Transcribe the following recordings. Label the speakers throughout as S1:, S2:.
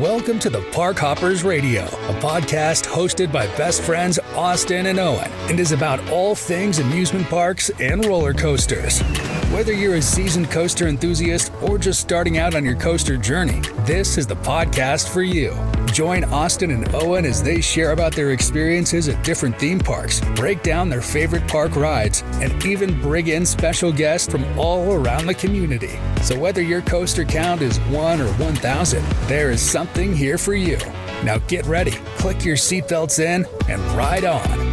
S1: Welcome to the Park Hoppers Radio, a podcast hosted by best friends Austin and Owen, and is about all things amusement parks and roller coasters. Whether you're a seasoned coaster enthusiast or just starting out on your coaster journey, this is the podcast for you. Join Austin and Owen as they share about their experiences at different theme parks, break down their favorite park rides, and even bring in special guests from all around the community. So, whether your coaster count is one or 1,000, there is something here for you. Now, get ready, click your seatbelts in, and ride on.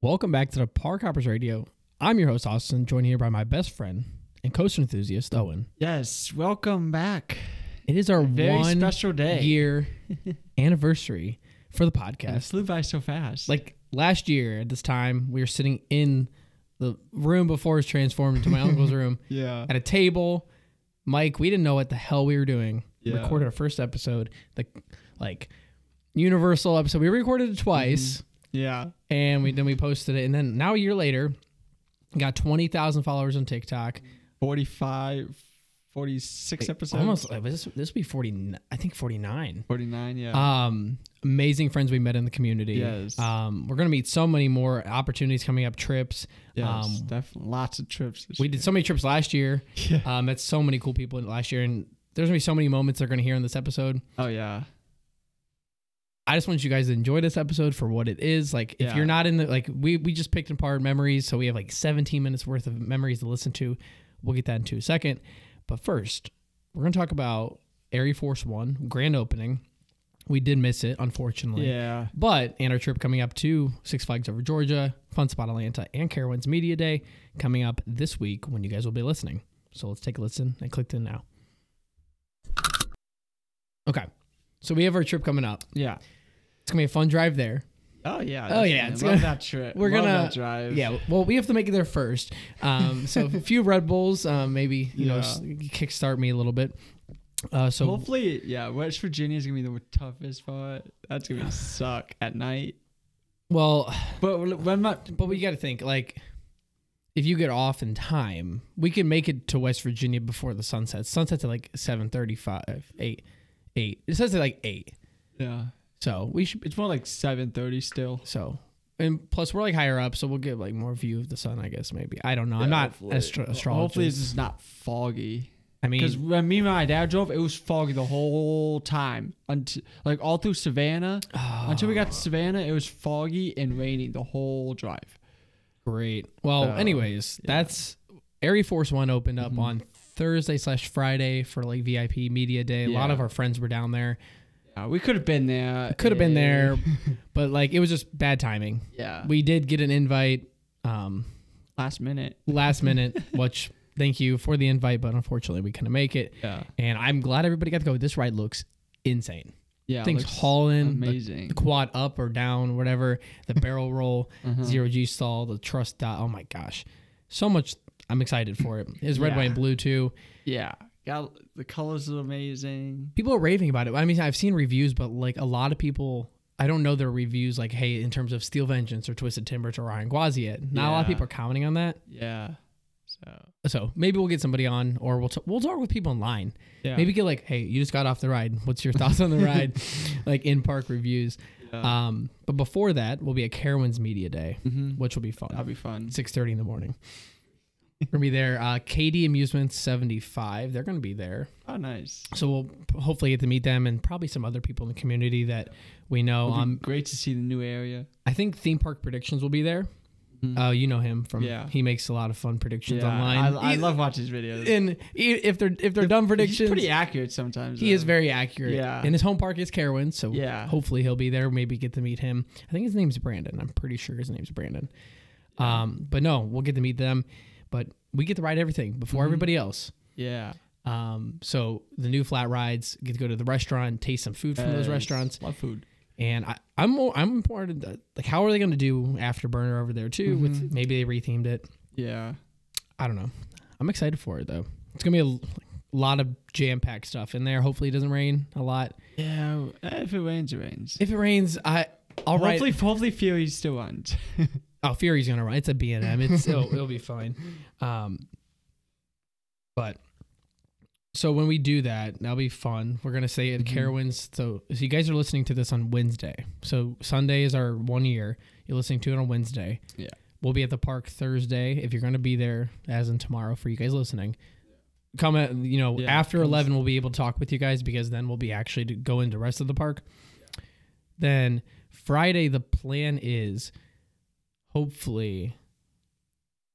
S2: Welcome back to the Park Hoppers Radio. I'm your host Austin, joined here by my best friend and coaster enthusiast Owen.
S3: Yes, welcome back.
S2: It is our
S3: very
S2: one
S3: special day.
S2: year anniversary for the
S3: It
S2: podcast.
S3: flew by so fast.
S2: Like last year at this time, we were sitting in the room before it was transformed into my uncle's room
S3: yeah,
S2: at a table. Mike, we didn't know what the hell we were doing.
S3: Yeah.
S2: Recorded our first episode, the like Universal episode. We recorded it
S3: Mm-hmm.
S2: twice.
S3: yeah,
S2: and we then we posted it and then now a year later got 20,000 followers on TikTok.
S3: 45, 46 episodes,
S2: Almost uh, this this would be 40 I think 49.
S3: forty-nine. Yeah,
S2: Um amazing friends we met in the community.
S3: Yes.
S2: Um we're going to meet so many more opportunities coming up trips.
S3: yes,
S2: Um
S3: definitely lots of trips. this
S2: we
S3: year.
S2: did so many trips last year.
S3: Yeah.
S2: Um met so many cool people last year and there's going to be so many moments they're going to hear in this episode.
S3: Oh yeah,
S2: I just want you guys to enjoy this episode for what it is. Like, if
S3: Yeah.
S2: you're not in the like, we we just picked apart memories, so we have like 17 minutes worth of memories to listen to. We'll get that into a second, but first, we're gonna talk about Air Force One grand opening. We did miss it, unfortunately.
S3: yeah,
S2: But and our trip coming up to Six Flags Over Georgia, Fun Spot Atlanta, and Carowinds Media Day coming up this week when you guys will be listening. So let's take a listen and click in now. Okay. So we have our trip coming up.
S3: yeah.
S2: It's gonna be a fun drive there.
S3: Oh yeah.
S2: Oh, yeah,
S3: definitely.
S2: it's
S3: love
S2: gonna-
S3: that trip.
S2: We're
S3: Love
S2: gonna
S3: that drive.
S2: Yeah, well, we have to make it there first. Um, so a few Red Bulls, um, maybe you know,
S3: Yeah.
S2: s- kickstart me a little bit. Uh, so
S3: Hopefully, yeah. West Virginia is gonna be the toughest part. That's gonna suck at night.
S2: well,
S3: But when my
S2: but we got to think like if you get off in time, we can make it to West Virginia before the sunset. Sunset's at like seven thirty-five, eight, eight. It says at like eight,
S3: yeah,
S2: so we should.
S3: it's more like seven thirty still.
S2: So and plus we're like higher up, so we'll get like more view of the sun. I guess maybe I don't know.
S3: Yeah,
S2: I'm not
S3: hopefully.
S2: astro- astrologer.
S3: Hopefully, it's just not foggy.
S2: I mean,
S3: Because when me and my dad drove, it was foggy the whole time, until like all through Savannah.
S2: Ah.
S3: Until we got to Savannah, it was foggy and raining the whole drive.
S2: Great. Well,
S3: So, Mm-hmm.
S2: anyways, that's Air Force One opened up on Thursday slash Friday for like VIP media day. A lot
S3: Yeah.
S2: of our friends were down there.
S3: Yeah, we could have been there.
S2: Could have been
S3: Eh,
S2: there, but like it was just bad timing.
S3: Yeah,
S2: We did get an invite um,
S3: last minute.
S2: last minute, which thank you for the invite, but unfortunately we couldn't make it.
S3: Yeah,
S2: And I'm glad everybody got to go. This ride looks insane.
S3: yeah.
S2: Things
S3: looks
S2: hauling,
S3: amazing.
S2: the quad up or down, whatever, the barrel roll,
S3: Mm-hmm.
S2: zero G stall, the trust dot. Oh my gosh. So much. I'm excited for it. It's red,
S3: Yeah.
S2: white, and blue too.
S3: yeah, got the colors are amazing.
S2: People are raving about it. I mean, I've seen reviews, but like a lot of people, I don't know their reviews, like, hey, in terms of Steel Vengeance or Twisted Timber to Ryan Guaz yet. Not a lot of
S3: Yeah.
S2: people are commenting on that.
S3: Yeah. So
S2: So maybe we'll get somebody on or we'll, t- we'll talk with people online.
S3: yeah,
S2: Maybe get like, hey, you just got off the ride. What's your thoughts on the ride? like in park reviews.
S3: Yeah.
S2: Um, but before that, will be a Carowinds Media Day,
S3: Mhm.
S2: which will be fun.
S3: that'd be fun.
S2: six thirty in the morning. We're gonna be there. Uh, KD Amusement seventy five. They're gonna be there,
S3: Oh, nice.
S2: so we'll p- hopefully get to meet them and probably some other people in the community that we know.
S3: It'd be
S2: Um,
S3: great to see the new area.
S2: I think Theme Park Predictions will be there. Uh, you know him from
S3: Mm-hmm. Yeah.
S2: he makes a lot of fun predictions
S3: Yeah,
S2: online.
S3: I, I
S2: He-
S3: love watching his videos.
S2: and he- if they're if they're done
S3: He's
S2: predictions,
S3: pretty accurate sometimes.
S2: he is
S3: though.
S2: very accurate.
S3: Yeah.
S2: And his home park is Carowinds, so
S3: Yeah.
S2: hopefully he'll be there. Maybe get to meet him. I think his name's Brandon. I'm pretty sure his name's Brandon. Um, but no, we'll get to meet them. But we get to ride everything before
S3: Mm-hmm.
S2: everybody else.
S3: Yeah.
S2: Um, so the new flat rides get to go to the restaurant, taste some food from those
S3: Yes.
S2: restaurants,
S3: Love food.
S2: and I, I'm more, I'm important. That, like, how are they going to do afterburner over there too?
S3: Mm-hmm.
S2: With maybe they rethemed it.
S3: Yeah.
S2: I don't know. I'm excited for it though. It's gonna be a l- lot of jam packed stuff in there. Hopefully it doesn't rain a lot.
S3: Yeah. w- eh, If it rains, it rains.
S2: If it rains, I I'll ride.
S3: hopefully, hopefully Fury's still on.
S2: Oh, Fury's gonna ride. It's a B and M. It's it'll, it'll be fine. Um, but So when we do that, that'll be fun. We're gonna say at
S3: Mm-hmm.
S2: Carowinds. So, so you guys are listening to this on Wednesday. So Sunday is our one year. You're listening to it on Wednesday.
S3: Yeah.
S2: We'll be at the park Thursday. If you're gonna be there, as in tomorrow, for you guys listening, come at you know
S3: Yeah,
S2: after
S3: come
S2: eleven, we'll be able to talk with you guys because then we'll be actually to go into the rest of the park. Then Friday, the plan is hopefully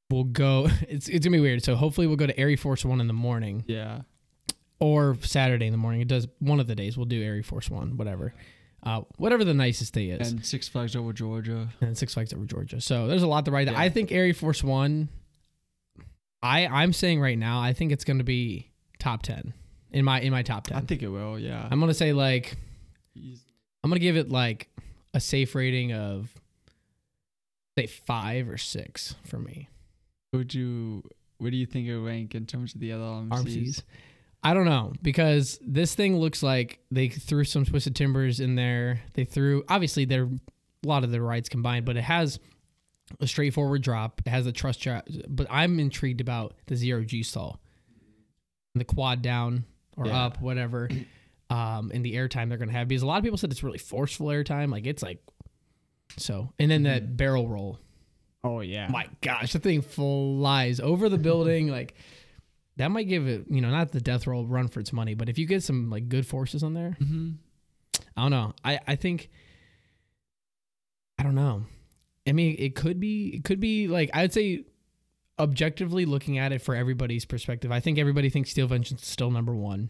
S2: we'll go. It's it's gonna be weird. So hopefully we'll go to Air Force One in the morning
S3: Yeah.
S2: or Saturday in the morning. It does one of the days. We'll do Air Force One, whatever, uh, whatever the nicest day is. And,
S3: And Six Flags over Georgia.
S2: Six Flags over Georgia. So there's a lot to ride. there.
S3: Yeah.
S2: I think Air Force One. I I'm saying right now, I think it's going to be top ten in my in my top ten.
S3: I think it will. Yeah.
S2: I'm gonna say like I'm gonna give it like a safe rating of say five or six for me.
S3: Would you? Where do you think it would rank in terms of the other RMCs?
S2: RMCs. I don't know because this thing looks like they threw some twisted timbers in there. They threw obviously they're a lot of the rides combined, but it has a straightforward drop. It has a trust drop, but I'm intrigued about the zero G stall, the quad down or
S3: Yeah.
S2: up, whatever, um, and the airtime they're gonna have because a lot of people said it's really forceful airtime. Like it's like so, and then that barrel roll.
S3: Oh yeah.
S2: My gosh, the thing flies over the building. like that might give it, you know, not the death roll run for its money, but if you get some like good forces on there,
S3: Mhm.
S2: I don't know. I I think I don't know. I mean, it could be it could be like I would say objectively looking at it for everybody's perspective. I think everybody thinks Steel Vengeance is still number one.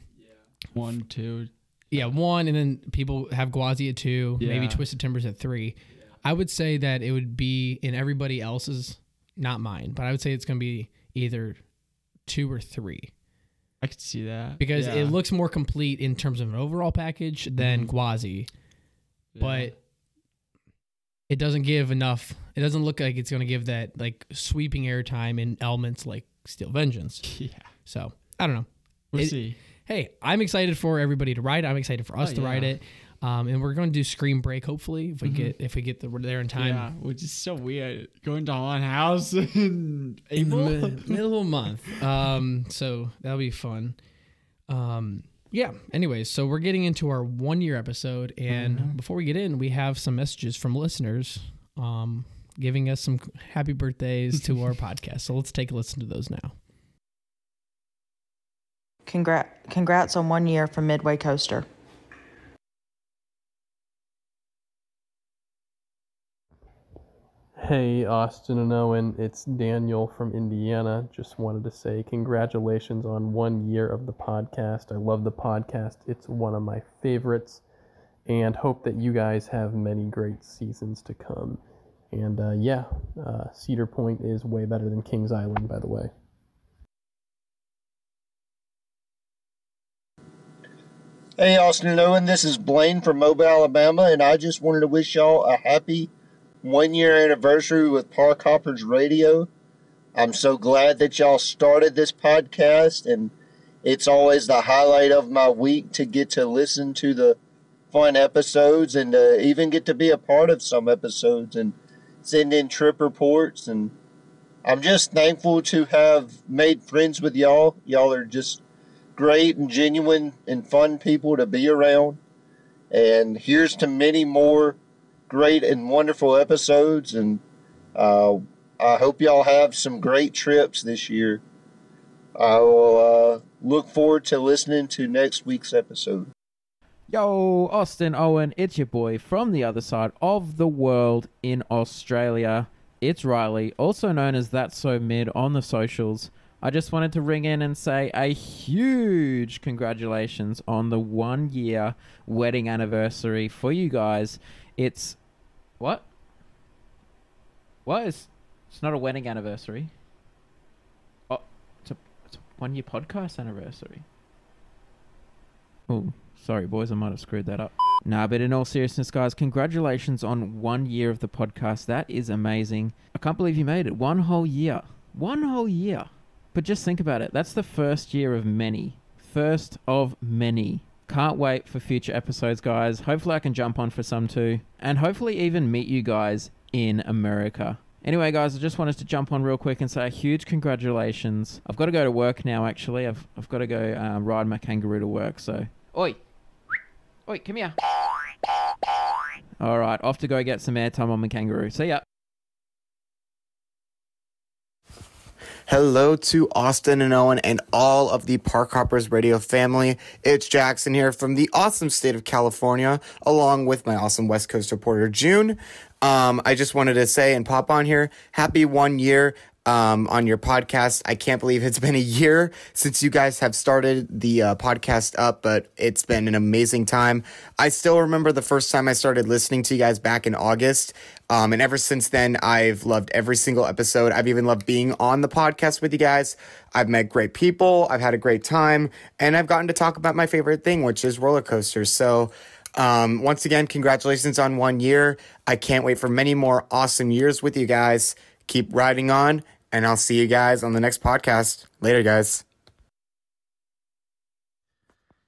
S3: One, two.
S2: Yeah, one, and then people have Guazi at two, maybe
S3: Yeah.
S2: Twisted Timbers at three. I would say that it would be in everybody else's, not mine, but I would say it's going to be either two or three
S3: I could see that
S2: because
S3: Yeah. Mm-hmm.
S2: it looks more complete in terms of an overall package than Guazi,
S3: Yeah.
S2: but it doesn't give enough. It doesn't look like it's going to give that like sweeping airtime in elements like Steel Vengeance.
S3: yeah,
S2: So I don't know.
S3: we'll
S2: It-
S3: see.
S2: hey, I'm excited for everybody to ride. it. I'm excited for us
S3: Oh,
S2: to ride
S3: yeah.
S2: it.
S3: Mm-hmm.
S2: Um, and we're going to do screen break hopefully if we get if we get the, we're there in time.
S3: yeah, which is so weird. Going to Haunted House in April.
S2: Mi- middle of month. Um, so that'll be fun. Um, yeah. Anyways, so we're getting into our one year episode, and
S3: Mm-hmm.
S2: before we get in, we have some messages from listeners, um, giving us some happy birthdays to our podcast. So let's take a listen to those now.
S4: Congrat- congrats on one year from Midway Coaster.
S5: Hey, Austin and Owen, it's Daniel from Indiana. Just wanted to say congratulations on one year of the podcast. I love the podcast, it's one of my favorites, and hope that you guys have many great seasons to come. And uh, yeah, uh, Cedar Point is way better than Kings Island, by the way.
S6: Hey, Austin and Owen, this is Blaine from Mobile, Alabama, and I just wanted to wish y'all a happy one year anniversary with Park Hoppers Radio. I'm so glad that y'all started this podcast, and it's always the highlight of my week to get to listen to the fun episodes and uh, even get to be a part of some episodes and send in trip reports. And I'm just thankful to have made friends with y'all. Y'all are just great and genuine and fun people to be around. And here's to many more great and wonderful episodes. And uh, I hope y'all have some great trips this year. I will uh, look forward to listening to next week's episode.
S7: Yo, Austin Owen, it's your boy from the other side of the world in Australia. It's Riley, also known as That's So Mid on the socials. I just wanted to ring in and say a huge congratulations on the one year wedding anniversary for you guys. It's. What? What is. It's not a wedding anniversary. Oh, it's a, it's a one year podcast anniversary. Oh, sorry, boys. I might have screwed that up. Nah, but in all seriousness, guys, congratulations on one year of the podcast. That is amazing. I can't believe you made it. One whole year. One whole year. But just think about it. That's the first year of many. First of many. Can't wait for future episodes, guys. Hopefully, I can jump on for some too. And hopefully, even meet you guys in America.
S8: Anyway, guys, I just wanted to jump on real quick and say a huge congratulations. I've got to go to work now, actually. I've, I've got to go uh, ride my kangaroo to work, so. Oi! Oi, come here! All right, off to go get some airtime on my kangaroo. See ya!
S9: Hello to Austin and Owen and all of the Park Hoppers radio family. It's Jackson here from the awesome state of California, along with my awesome West Coast reporter, June. Um, I just wanted to say and pop on here happy one year um, on your podcast. I can't believe it's been a year since you guys have started the uh, podcast up, but it's been an amazing time. I still remember the first time I started listening to you guys back in August. Um, and ever since then, I've loved every single episode. I've even loved being on the podcast with you guys. I've met great people, I've had a great time, and I've gotten to talk about my favorite thing, which is roller coasters. So, um, once again, congratulations on one year. I can't wait for many more awesome years with you guys. Keep riding on, and I'll see you guys on the next podcast. Later, guys.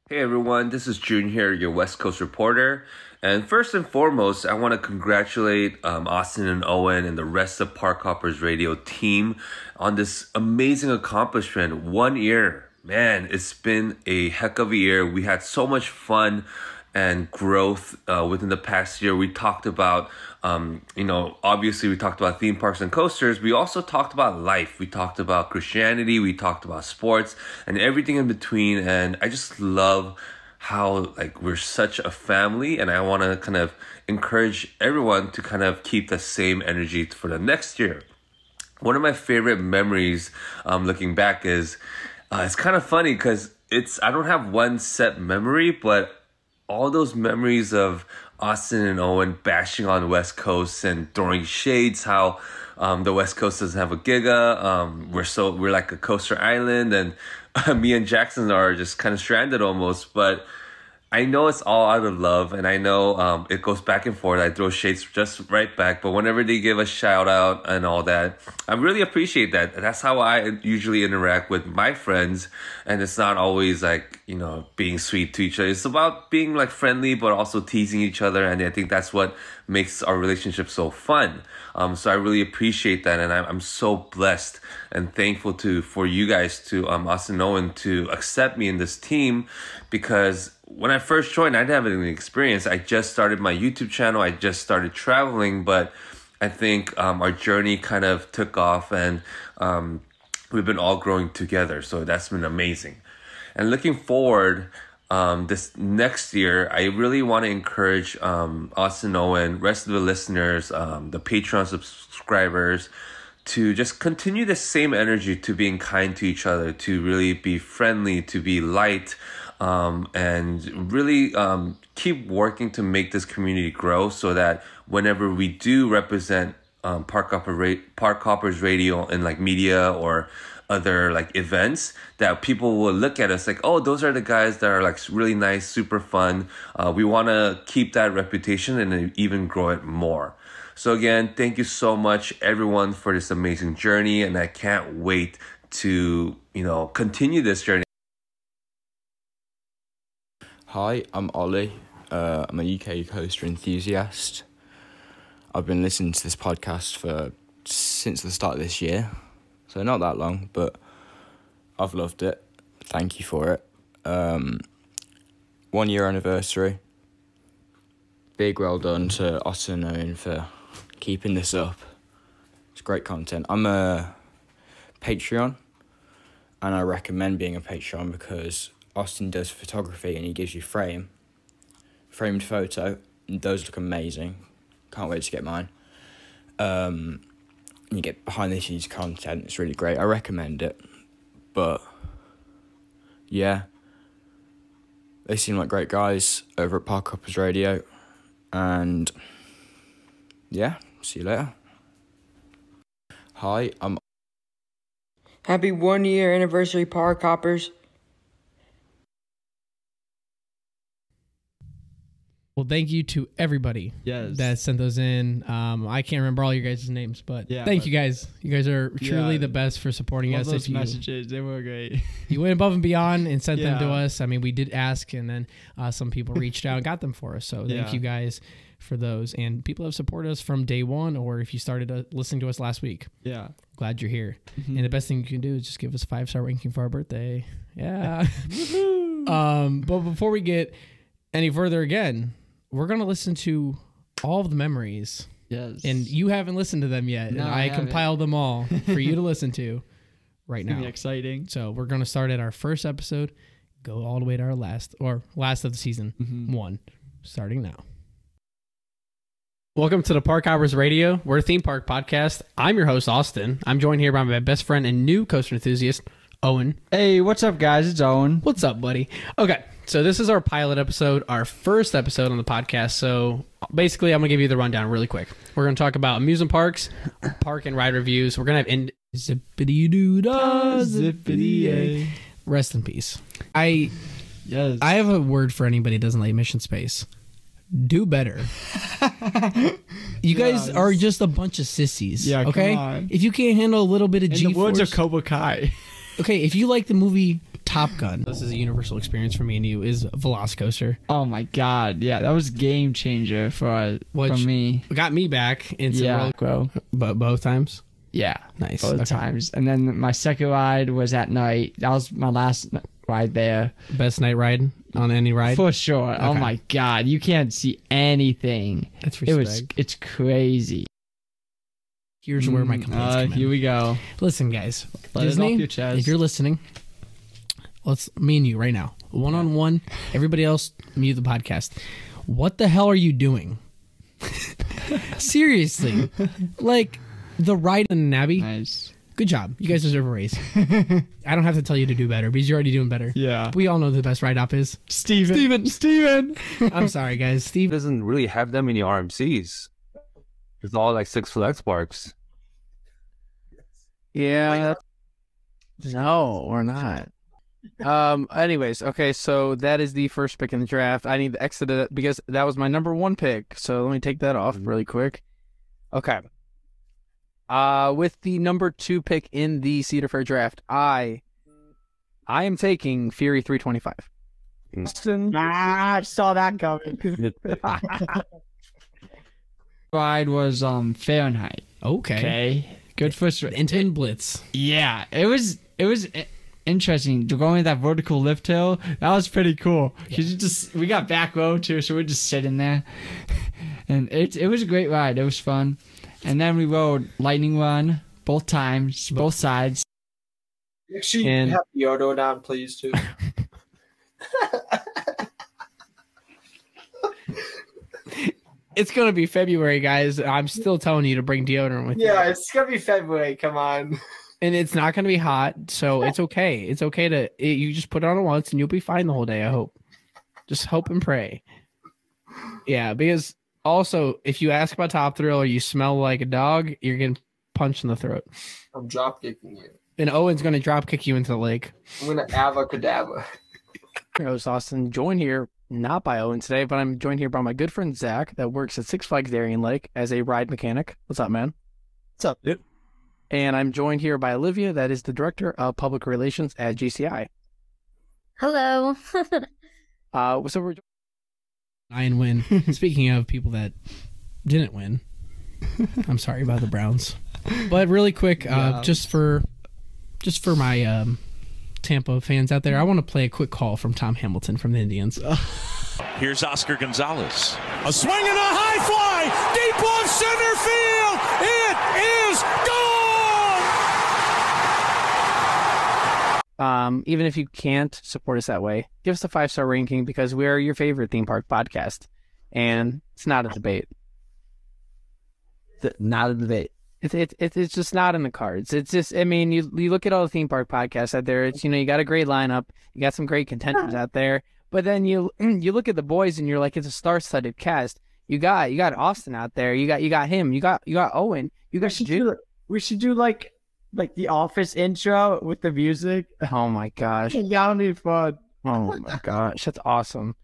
S10: Hey everyone, this is June here, your West Coast reporter. And first and foremost, I want to congratulate um, Austin and Owen and the rest of Park Hoppers Radio team on this amazing accomplishment. One year. Man, it's been a heck of a year. We had so much fun and growth uh, within the past year. We talked about, um, you know, obviously we talked about theme parks and coasters. We also talked about life. We talked about Christianity. We talked about sports and everything in between. And I just love how like we're such a family and i want to kind of encourage everyone to kind of keep the same energy for the next year one of my favorite memories um, looking back is uh, it's kind of funny because it's i don't have one set memory but all those memories of austin and owen bashing on the west coast and throwing shades how um, the west coast doesn't have a giga um, we're so we're like a coaster island and me and jackson are just kind of stranded almost but I know it's all out of love, and I know um, it goes back and forth. I throw shades just right back, but whenever they give a shout out and all that, I really appreciate that. That's how I usually interact with my friends, and it's not always like you know being sweet to each other. It's about being like friendly, but also teasing each other, and I think that's what makes our relationship so fun. Um, so I really appreciate that, and I'm, I'm so blessed and thankful to for you guys to um, Austin Owen to accept me in this team because when I first joined, I didn't have any experience. I just started my YouTube channel. I just started traveling, but I think um, our journey kind of took off, and um, we've been all growing together. So that's been amazing. And looking forward, um, this next year, I really want to encourage Austin Owen, rest of the listeners, um, the Patreon subscribers, to just continue the same energy to being kind to each other, to really be friendly, to be light. Um, and really um, keep working to make this community grow so that whenever we do represent um, Park, Hopper Ra- Park Hoppers Radio in like media or other like events that people will look at us like oh those are the guys that are like really nice super fun uh, we want to keep that reputation and even grow it more so again thank you so much everyone for this amazing journey and i can't wait to you know continue this journey
S11: Hi, I'm Ollie. Uh, I'm a UK coaster enthusiast. I've been listening to this podcast for since the start of this year, so not that long, but I've loved it. Thank you for it. Um, one year anniversary. Big well done to Austin and Owen for keeping this up. It's great content. I'm a Patreon, and I recommend being a Patreon because Austin does photography and he gives you frame, framed photo. And those look amazing. Can't wait to get mine. Um, and you get behind the scenes content. It's really great. I recommend it. But yeah, they seem like great guys over at Park Hoppers Radio. And yeah, see you later. Hi, I'm
S4: Happy one year anniversary, Park Hoppers.
S2: Well, thank you to everybody
S3: Yes.
S2: that sent those in. Um, I can't remember all your guys' names, but
S3: Yeah,
S2: thank
S3: but-
S2: you guys. You guys are truly
S3: Yeah.
S2: the best for supporting
S3: All
S2: us.
S3: those
S2: If you,
S3: messages, they were great.
S2: you went above and beyond and sent them to
S3: Yeah.
S2: us. I mean, we did ask, and then uh, some people reached out and got them for us. So thank
S3: Yeah.
S2: you guys for those. And people have supported us from day one, or if you started uh, listening to us last week,
S3: yeah.
S2: glad you're here.
S3: Mm-hmm.
S2: And the best thing you can do is just give us a five star ranking for our birthday. Yeah. um, but before we get any further, again, we're gonna listen to all of the memories,
S3: Yes.
S2: and you haven't listened to them yet.
S3: No,
S2: and
S3: I
S2: I,
S3: haven't.
S2: compiled them all for you to listen to right
S3: it's gonna
S2: now.
S3: be exciting.
S2: So we're gonna start at our first episode, go all the way to our last or last of the season one, starting now. Welcome to the Park Hoppers Radio. We're a theme park podcast. I'm your host Austin. I'm joined here by my best friend and new coaster enthusiast Owen.
S3: Hey, what's up, guys? It's Owen.
S2: What's up, buddy? Okay, so this is our pilot episode, our first episode on the podcast. So basically, I'm gonna give you the rundown really quick. We're gonna talk about amusement parks, park and ride reviews. We're gonna have in zippity doo da zippity. Rest in peace. I
S3: Yes.
S2: I have a word for anybody that doesn't like mission space. Do better. you guys are just a bunch of sissies.
S3: Yeah, come
S2: Okay.
S3: on.
S2: If you can't handle a little bit of
S3: In
S2: G
S3: the woods
S2: force,
S3: of Cobra Kai.
S2: okay. If you like the movie Top Gun, this is a universal experience for me and you. Is Velocicoaster
S3: Oh my god, yeah, that was game changer for uh, for
S2: Which-
S3: me.
S2: It got me back into
S3: Yeah,
S2: roller,
S3: bro.
S2: but both times.
S3: Yeah,
S2: Nice.
S3: both
S2: Okay.
S3: times. And then my second ride was at night. That was my last n- ride there
S2: Best night ride on any ride.
S3: for sure. Oh
S2: Okay.
S3: my god, you can't see anything.
S2: That's
S3: It was
S2: respect.
S3: it's crazy.
S2: Here's where my
S3: Mm,
S2: complaints
S3: uh,
S2: come in.
S3: Here we go.
S2: Listen, guys,
S3: Let it
S2: Disney,
S3: off your chest.
S2: if you're listening, let's me and you right now, one on one. Everybody else, mute the podcast. What the hell are you doing? Seriously, like the ride in the Abbey.
S3: Nice.
S2: Good job, you guys deserve a raise. I don't have to tell you to do better because you're already doing better.
S3: Yeah.
S2: we all know the best ride up is.
S3: Steven. Steven. Steven.
S2: I'm sorry, guys. Steve
S12: doesn't really have that many RMCs. It's all like Six Flags parks.
S5: Yeah. that- No, we're not. Um. Anyways, okay. So that is the first pick in the draft. I need to exit it because that was my number one pick. So let me take that
S12: Mm-hmm.
S5: off really quick. Okay. Uh, with the number two pick in the Cedar Fair draft, I, I am taking Fury three twenty five.
S13: I saw that coming.
S3: Ride was um Fahrenheit.
S2: Okay.
S3: Okay. Good first. ride.
S2: Intamin Blitz.
S3: Yeah, it was it was i- interesting going that vertical lift hill. That was pretty cool. 'Cause you just we got back row too, so we're just sitting there, and it it was a great ride. It was fun, and then we rode Lightning Run both times, both sides.
S5: She and have Yodo down, please, too. it's gonna be February, guys.
S2: I'm still telling you to bring deodorant with you.
S5: it's gonna be February. Come on.
S2: And it's not going to be hot, so it's okay. It's okay to it, you just put it on once and you'll be fine the whole day, I hope. Just hope and pray. Yeah, because also if you ask about top thrill or you smell like a dog, you're getting punched in the throat.
S5: I'm drop kicking you.
S2: And Owen's going to drop kick you into the lake.
S5: I'm gonna avacadabra. Your host Austin, joined here not by Owen today, but I'm joined here by my good friend Zach that works at Six Flags Darien Lake as a ride mechanic. What's up, man? What's up, dude? And I'm joined here by Olivia, that is the director of public relations at GCI.
S4: Hello.
S5: Uh, so we're
S2: Ryan win. Speaking of people that didn't win, I'm sorry about the Browns. But really quick, uh, just for just for my um, Tampa fans out there, I want to play a quick call from Tom Hamilton from the Indians.
S9: Here's Oscar Gonzalez. A swing and a high fly. Deep left center field. It is gone.
S5: um, even if you can't support us that way, give us a five star ranking because we are your favorite theme park podcast, and it's not a debate.
S14: Not in the
S5: It's it's it's it's just not in the cards. It's just I mean you you look at all the theme park podcasts out there. It's you know you got a great lineup, you got some great contenders out there, but then you you look at the boys and you're like it's a star-studded cast. You got you got Austin out there. You got you got him. You got you got Owen. You got Jude.
S9: We should do like like the office intro with the music.
S5: Oh my gosh.
S9: Y'all need fun.
S5: Oh my gosh, that's awesome.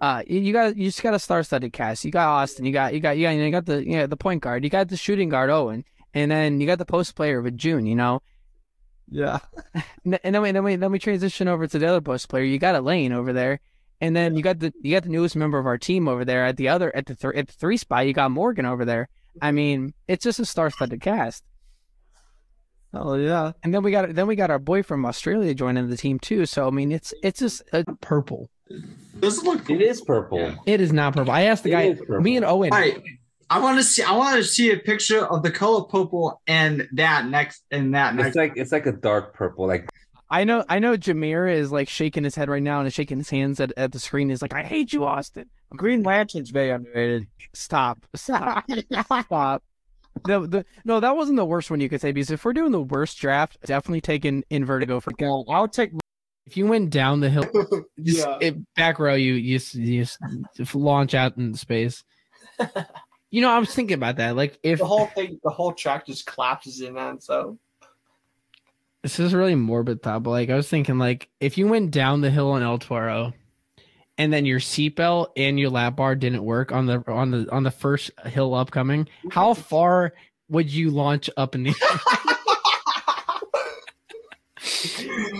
S2: uh, you, you got you just got a star studded cast. You got Austin. You got you got you got you got the you know, the point guard. You got the shooting guard Owen, and then you got the post player with June. You know.
S3: Yeah.
S2: N- and then we, then we then we transition over to the other post player. You got Elaine over there, and then you got the you got the newest member of our team over there at the other at the thr at the three spot. You got Morgan over there. I mean, it's just a star-studded cast.
S3: Oh yeah.
S2: And then we got then we got our boy from Australia joining the team too. So I mean, it's it's just a, purple.
S15: Does it look? It is purple.
S5: It is not purple. I asked the guy. Me and Owen.
S15: All right. I want to see. I want to see a picture of the color purple and that next and that next.
S10: It's like it's like a dark purple, like
S2: I know I know Jameer is like shaking his head right now and is shaking his hands at, at the screen. He's like, I hate you, Austin.
S3: Green Lantern's very underrated.
S2: Stop. Stop. Stop. The, the, no, that wasn't the worst one you could say because if we're doing the worst draft, definitely taking Invertigo for.
S3: I'll take.
S5: If you went down the hill, just,
S2: Yeah.
S5: it, back row, you you, s- you s- just launch out into space. You know, I was thinking about that. Like, if
S15: The whole thing, the whole track just collapses in on so.
S5: this is a really morbid thought, but like I was thinking, like if you went down the hill on El Toro, and then your seatbelt and your lap bar didn't work on the on the on the first hill upcoming, how far would you launch up in the?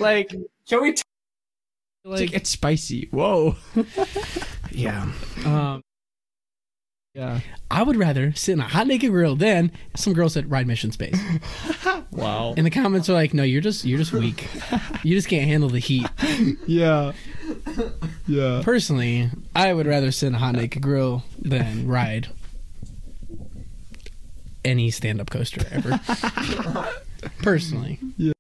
S5: like,
S15: can we?
S5: like
S3: it's spicy. Whoa.
S5: yeah. Um, yeah. I would rather sit in a hot naked grill than some girl said ride mission space.
S3: Wow.
S5: And the comments are like, no, you're just you're just weak. you just can't handle the heat.
S3: Yeah. Yeah.
S5: Personally, I would rather sit in a hot naked grill than ride any stand up coaster ever. Personally.
S3: Yeah.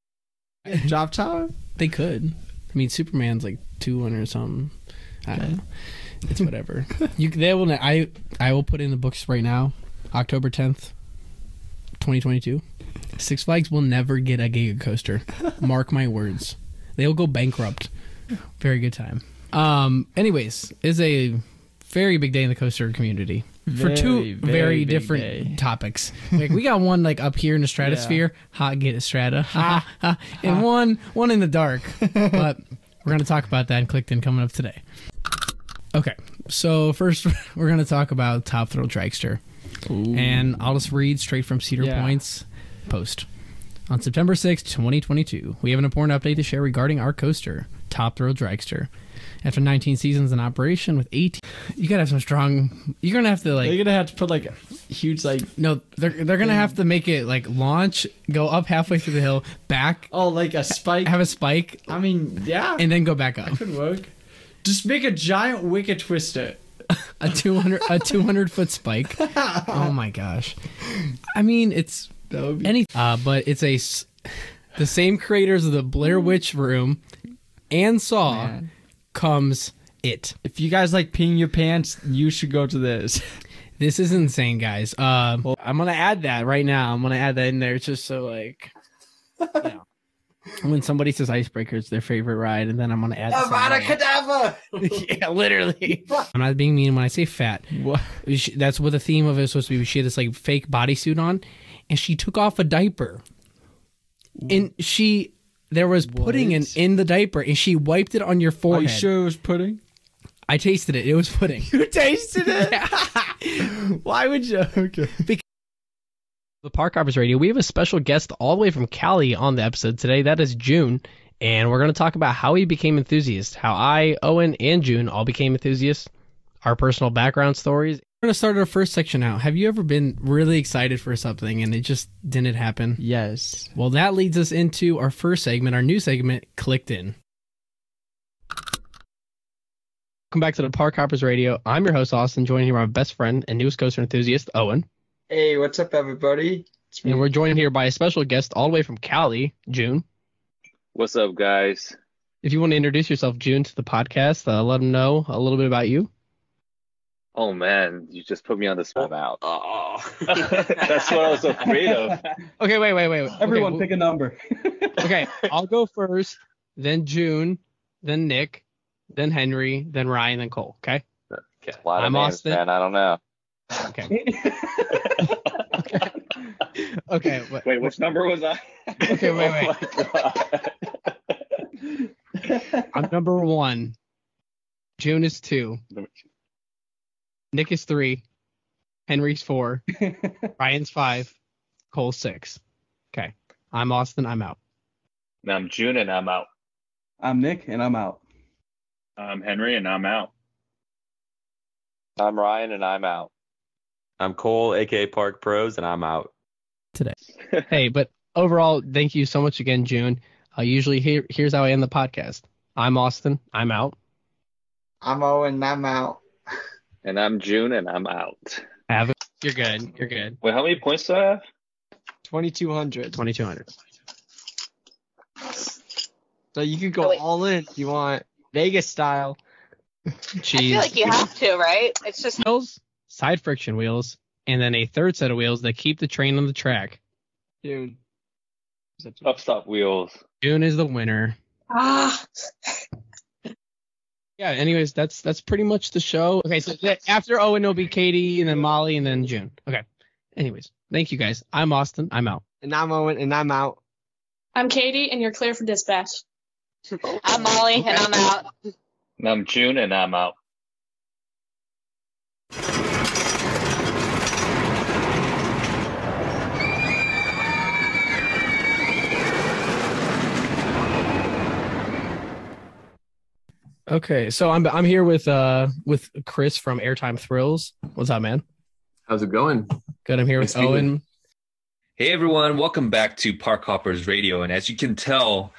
S3: Drop tower?
S5: They could. I mean Superman's like two one or something. I don't know. It's whatever. you they will I I will put in the books right now, October tenth, twenty twenty two. Six Flags will never get a giga coaster. Mark my words. They'll go bankrupt. Very good time. Um anyways, is a very big day in the coaster community. For
S3: Very,
S5: two
S3: very
S5: very,
S3: big
S5: different
S3: day.
S5: topics. Like we got one like up here in the stratosphere, hot get it strata. Ha, ha, ha. and one one in the dark. but we're gonna talk about that in Clickton coming up today. Okay, so first we're going to talk about Top Thrill Dragster. And I'll just read straight from Cedar
S3: Yeah.
S5: Point's post. On September sixth, 2022, we have an important update to share regarding our coaster, Top Thrill Dragster. After 19 seasons in operation with 18, you gotta have some strong. You're gonna have to like.
S3: They're gonna have to put like huge like
S5: no. They're they're gonna have to make it like launch, go up halfway through the hill, back.
S3: Oh, like a spike.
S5: Have a spike.
S3: I mean, yeah.
S5: And then go back up.
S3: Could work. Just make a giant wicked twister.
S5: a 200 a 200 foot spike oh my gosh i mean it's
S3: that would be
S5: any uh but it's a s- the same creators of the blair witch room and saw comes it
S3: if you guys like peeing your pants you should go to this
S5: this is insane guys uh i'm gonna add that right now i'm gonna add that in there just so like yeah. when somebody says icebreaker it's their favorite ride and then i'm gonna add this in
S15: Avada
S5: there.
S15: Kedavra.
S5: yeah, literally. I'm not being mean when I say fat.
S3: What?
S5: That's what the theme of it was supposed to be. She had this like fake bodysuit on, and she took off a diaper, and she there was pudding in, in the diaper, and she wiped it on your
S3: Are
S5: forehead.
S3: you sure it was pudding?
S5: I tasted it. It was pudding.
S3: You tasted it? Why would you? Okay.
S5: the Park Hoppers Radio. We have a special guest all the way from Cali on the episode today. That is June. And we're going to talk about how he became enthusiast, how I, Owen, and June all became enthusiasts, our personal background stories. We're going to start our first section out. Have you ever been really excited for something and it just didn't happen?
S3: Yes.
S5: Well, that leads us into our first segment, our new segment, Clicked In. Welcome back to the Park Hoppers Radio. I'm your host, Austin, joined here by my best friend and newest coaster enthusiast, Owen.
S15: Hey, what's up, everybody?
S5: And we're joined here by a special guest all the way from Cali, June.
S16: What's up, guys?
S5: If you want to introduce yourself, June, to the podcast, uh, let them know a little bit about you.
S16: Oh man, you just put me on the spot out. That's what I was afraid of.
S5: Okay, wait, wait, wait. wait.
S17: Everyone
S5: okay,
S17: pick a number.
S5: well- okay, I'll go first, then June, then Nick, then Henry, then Ryan, then Cole. Okay.
S16: A lot of
S5: I'm
S16: names,
S5: Austin.
S16: man. I don't know.
S5: Okay. okay. Wait.
S16: which number was I?
S5: Okay, wait, wait. I'm number one.
S17: June is two. Nick is three. Henry's four. Ryan's five. Cole's six. Okay. I'm Austin. I'm out.
S16: Now I'm June and I'm out.
S18: I'm Nick and I'm out.
S16: I'm Henry and I'm out.
S19: I'm Ryan and I'm out.
S20: I'm Cole, aka Park Pros, and I'm out.
S17: today. hey, but overall, thank you so much again, June. Uh, usually, here, here's how I end the podcast. I'm Austin. I'm out.
S15: I'm Owen. I'm out.
S16: And I'm June and I'm out.
S17: Have it. You're good. You're good.
S16: Wait, how many points do I have?
S17: 2200. 2200.
S2: So you could go all in if you want, Vegas style.
S21: I feel like you have to, right? It's just
S17: wheels, side friction wheels, and then a third set of wheels that keep the train on the track.
S2: Dude.
S16: Up stop wheels.
S17: June is the winner.
S21: ah.
S17: Yeah. Anyways, that's that's pretty much the show. Okay, so th- after Owen will be Katie, and then Molly, and then June. Okay. Anyways, thank you guys. I'm Austin. I'm out.
S2: And I'm Owen and I'm out.
S22: I'm Katie, and you're clear for dispatch.
S21: I'm Molly, and I'm out.
S16: And I'm June and I'm out.
S5: Okay, so I'm I'm here with uh with Chris from Airtime Thrills. What's up, man?
S20: How's it going?
S5: Good. I'm here
S20: Nice
S5: with
S20: to meet you.
S5: Owen.
S10: Hey everyone, welcome back to Park Hoppers Radio. And as you can tell,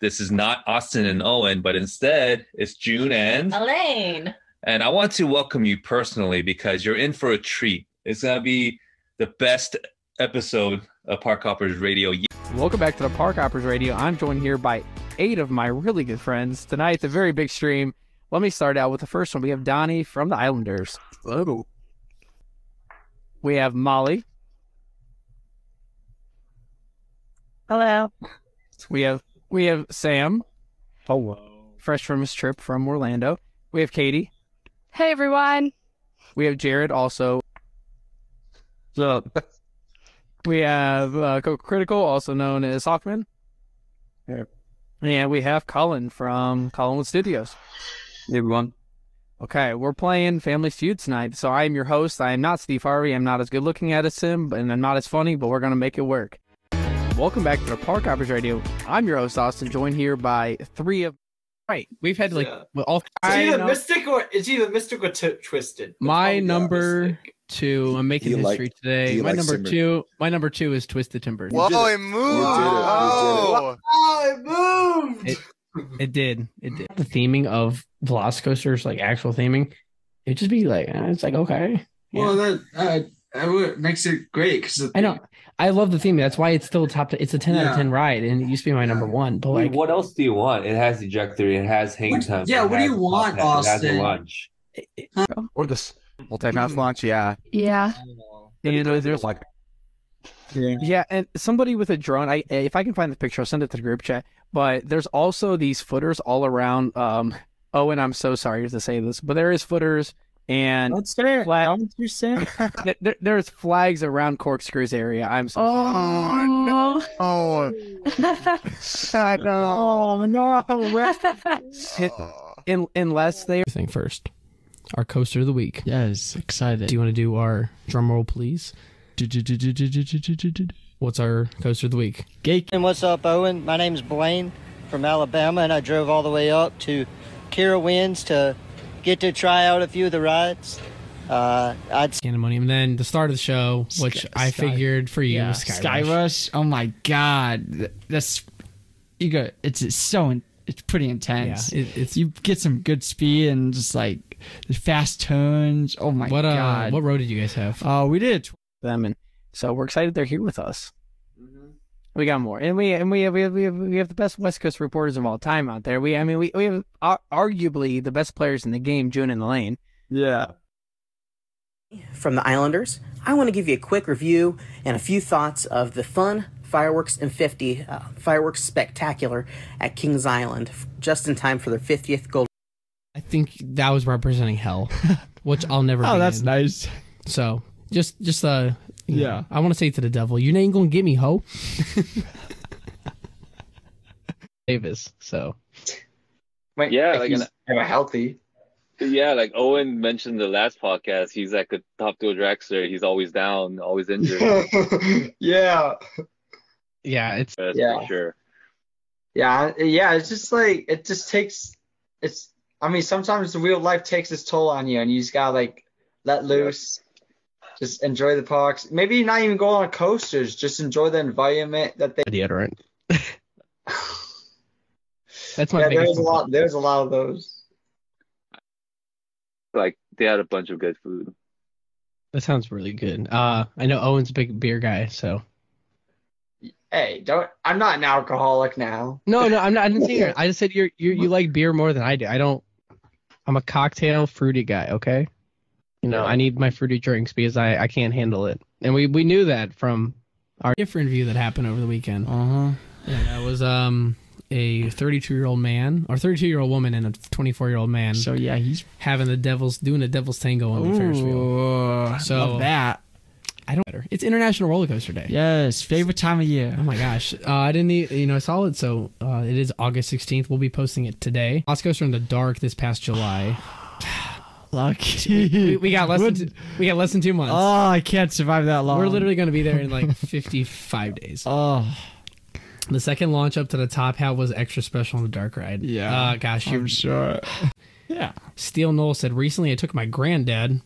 S10: this is not Austin and Owen, but instead it's June and
S21: Elaine.
S10: and I want to welcome you personally because you're in for a treat. It's gonna be the best episode of Park Hoppers Radio. yet.
S2: Welcome back to the Park Hoppers Radio. I'm joined here by eight of my really good friends. Tonight, the very big stream. Let me start out with the first one. We have Donnie from the Islanders. Hello. We have Molly. Hello. We have we have Sam. Hello. Fresh from his trip from Orlando. We have Katie.
S23: Hey everyone.
S2: We have Jared also. So we have uh, Coco Critical, also known as Hawkman. Yeah. And we have Colin from Collinwood Studios. Hey everyone. Okay, we're playing Family Feud tonight. So I am your host. I am not Steve Harvey. I'm not as good looking as him, and I'm not as funny, but we're gonna make it work. Welcome back to the Park Hoppers Radio. I'm your host Austin, joined here by three of. Right, we've had like all.
S24: It's
S2: I
S24: either
S2: know-
S24: mystic or it's either mystic or t- twisted.
S5: My number two. I'm
S24: he
S5: making
S24: liked-
S5: history today.
S24: he
S5: My
S24: likes
S5: number
S24: Timber.
S5: two. My number two is Twisted Timber.
S24: Whoa,
S9: it moved.
S24: Oh, oh, it moved.
S5: It, it did. It did. The theming of Velocicoaster's like actual theming, it'd just be like eh, it's like okay.
S15: Well, that uh, that would- makes it great because
S5: I know. I love the theme. That's why it's still top. It's a ten out of
S10: Yeah.
S5: ten ride, and it used to be my number one. But like,
S10: what else do you want? It has ejectory, it has hang time.
S15: yeah,
S10: it
S15: what do
S10: has
S15: you want,
S10: podcast, It has
S15: Austin?
S10: a lunch.
S25: Or the multi-mouth launch, yeah.
S23: Yeah.
S25: You know, there's like
S2: uh, Yeah. and somebody with a drone. I if I can find the picture, I'll send it to the group chat. But there's also these footers all around. Um, oh, and I'm so sorry to say this, but there is footers and What's there? Flag- you saying? there, there's flags around corkscrews area. I'm so
S23: Oh. Oh
S2: oh
S23: no.
S2: in, unless they
S5: thing first. Our coaster of the week. Yes, excited. Do you want to do our drum roll, please? What's our coaster of the week?
S26: Geek. And what's up, Owen? My name's Blaine from Alabama, and I drove all the way up to Carowinds to get to try out a few of the rides. Uh, I'd
S5: Pandemonium, and then the start of the show, which I figured for you,
S3: Yeah,
S5: Sky,
S3: Sky
S5: Rush.
S3: Rush. Oh my god, Th- that's you go. It's, it's so in, it's pretty intense.
S5: Yeah,
S3: it's you get some good speed and just like the fast turns. Oh my
S2: What, uh,
S3: god,
S2: what road did you guys have?
S3: Oh, we did.
S2: them, and so we're excited they're here with us.
S16: Mm-hmm.
S2: We got more, and we and we have, we have we have we have the best West Coast reporters of all time out there. We I mean we we have ar- arguably the best players in the game, June and Lane.
S25: Yeah.
S27: from the Islanders. I want to give you a quick review and a few thoughts of the fun fireworks and 50 uh, fireworks spectacular at Kings Island, f- just in time for their 50th gold.
S5: I think that was representing hell, which I'll never.
S27: Oh,
S5: be
S27: that's
S5: in.
S3: nice.
S5: So just just uh, you
S3: Yeah.
S5: know, I want to say to the devil, you ain't gonna get me, ho. Davis. So
S26: yeah, like
S15: he's
S26: an, healthy.
S16: yeah, like Owen mentioned the last podcast, he's like a top dual dragster. He's always down, always injured.
S15: yeah.
S17: Yeah, it's
S16: That's
S15: Yeah.
S16: for sure.
S15: Yeah, yeah, it's just like it just takes it's I mean sometimes the real life takes its toll on you and you just gotta like let loose. Just enjoy the parks. Maybe not even go on coasters, just enjoy the environment that they
S17: deodorant. That's my
S15: Yeah,
S17: biggest
S15: there's a lot there's a lot of those.
S16: Like they had a bunch of good food.
S17: That sounds really good. Uh, I know Owen's a big beer guy, so
S15: Hey, don't I'm not an alcoholic now.
S17: no, no, I'm not. I didn't say you're, I just said you're, you you like beer more than I do. I don't. I'm a cocktail fruity guy. Okay, you know I need my fruity drinks because I I can't handle it, and we we knew that from our
S5: different view that happened over the
S3: Oh,
S5: weekend.
S3: Mm-hmm.
S17: Uh huh.
S5: Yeah, that was um a 32 year old man or 32 year old woman and a 24 year old man.
S17: So, yeah, he's-
S5: having the devil's doing a devil's tango on the Ferris wheel. So
S17: love that.
S5: I don't. It's International Roller Coaster Day.
S3: Yes, favorite time of year.
S5: Oh my gosh, uh, I didn't. e- You know, I saw it. So uh, it is August 16th. We'll be posting it today. Oscars are in the dark this past July.
S3: Lucky.
S5: We, we got less. Than two, we got less than two months.
S3: Oh, I can't survive that long.
S5: We're literally going to be there in like 55 days.
S3: Oh.
S5: The second launch up to the top hat was extra special on the dark ride.
S3: Yeah,
S5: Uh, gosh,
S3: I'm sure. Yeah.
S5: Steele Knoll said recently I took my granddad.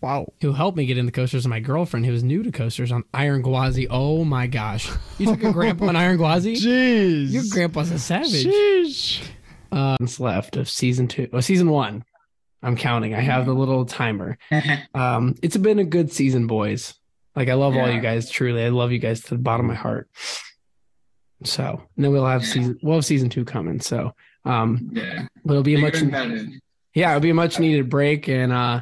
S3: Wow.
S5: Who helped me get in the coasters and my girlfriend who was new to coasters on Iron Gwazi. Oh my gosh. You took your grandpa on Iron Gwazi?
S3: Jeez.
S5: Your grandpa's a savage.
S3: Sheesh.
S5: Um, it's left of season two, oh, season one. I'm counting. I have the little timer.
S15: Mm-hmm.
S5: um, it's been a good season, boys. Like I love all you guys. Truly, I love you guys to the bottom of my heart. So, and then we'll have season. We'll have season two coming. So, um,
S15: Yeah.
S5: but it'll be a much.
S15: Bigger than that.
S5: Yeah, it'll be a much needed break, and uh,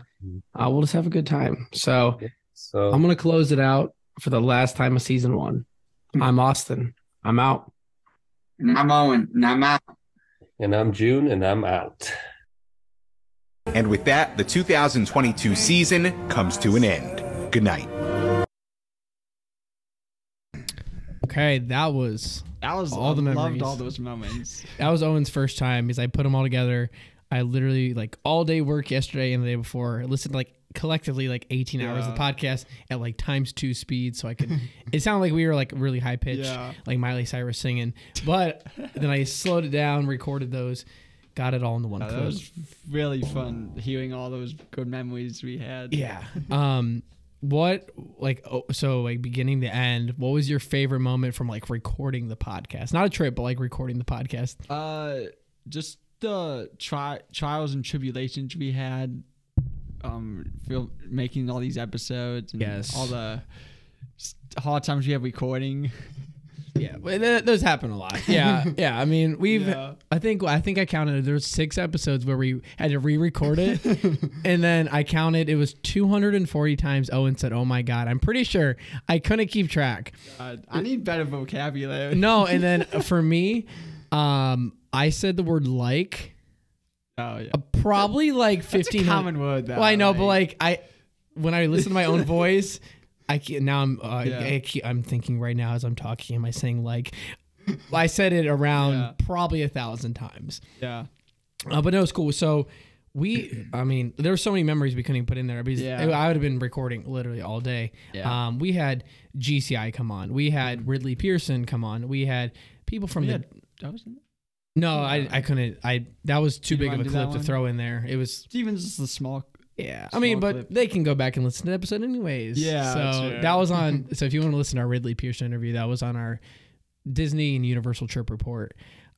S5: uh, we'll just have a good time. So,
S10: so
S5: I'm gonna close it out for the last time of season one.
S15: Hmm.
S5: I'm Austin. I'm out.
S15: I'm Owen and I'm out.
S10: And I'm June, and I'm out.
S1: And with that, the 2022 season comes to an end. Good night.
S5: Okay, that was that was all the
S3: I
S5: memories.
S3: Loved all those moments.
S5: That was Owen's first time because I put them all together. I literally like all day work yesterday and the day before. I listened to, like collectively like 18 hours of the
S3: Yeah.
S5: podcast at like times two speed, so I could. it sounded like we were like really high pitched,
S3: Yeah.
S5: like Miley Cyrus singing. But then I slowed it down, recorded those, got it all into one
S3: Yeah,
S5: clip.
S3: that was really fun hearing all those good memories we had.
S5: Yeah. Um, what like oh, so like beginning to end? What was your favorite moment from like recording the podcast? Not a trip, but like recording the podcast.
S3: Uh, just the tri- trials and tribulations we had, um, feel- making all these episodes. And
S5: Yes.
S3: All the s- hard times we had recording.
S5: Yeah, well, th- those happen a lot. Yeah, yeah. I mean, we've.
S3: Yeah.
S5: I think I think I counted. There's six episodes where we had to re-record it, and then I counted. It was 240 times Owen said, "Oh my god!" I'm pretty sure I couldn't keep track.
S3: Uh, I need better vocabulary.
S5: No, and then for me, um, I said the word like.
S3: Oh yeah.
S5: probably like
S3: That's a
S5: 15
S3: common word, though,
S5: well i know but like i when i listen to my own voice i can now i'm uh,
S3: Yeah.
S5: I, keep- i'm thinking right now as i'm talking am i saying like i said it around probably a thousand times
S3: Yeah.
S5: uh, but no it's cool so we i mean there were so many memories we couldn't even put in there because
S3: Yeah.
S5: i would have been recording literally all day
S3: Yeah.
S5: um, we had gci come on we had ridley pearson come on we had people from
S3: We
S5: the
S3: had- that was in-
S5: no, I, I couldn't. I that was too
S3: You
S5: big of
S3: wanna
S5: a
S3: do that
S5: clip to
S3: one?
S5: throw in there. It was
S3: even just the small.
S5: Yeah, I mean, but they can go back and listen to the episode anyways.
S3: Yeah, that's
S5: So
S3: true.
S5: that was on. so if you want to listen to our Ridley Pearson interview, that was on our Disney and Universal trip report.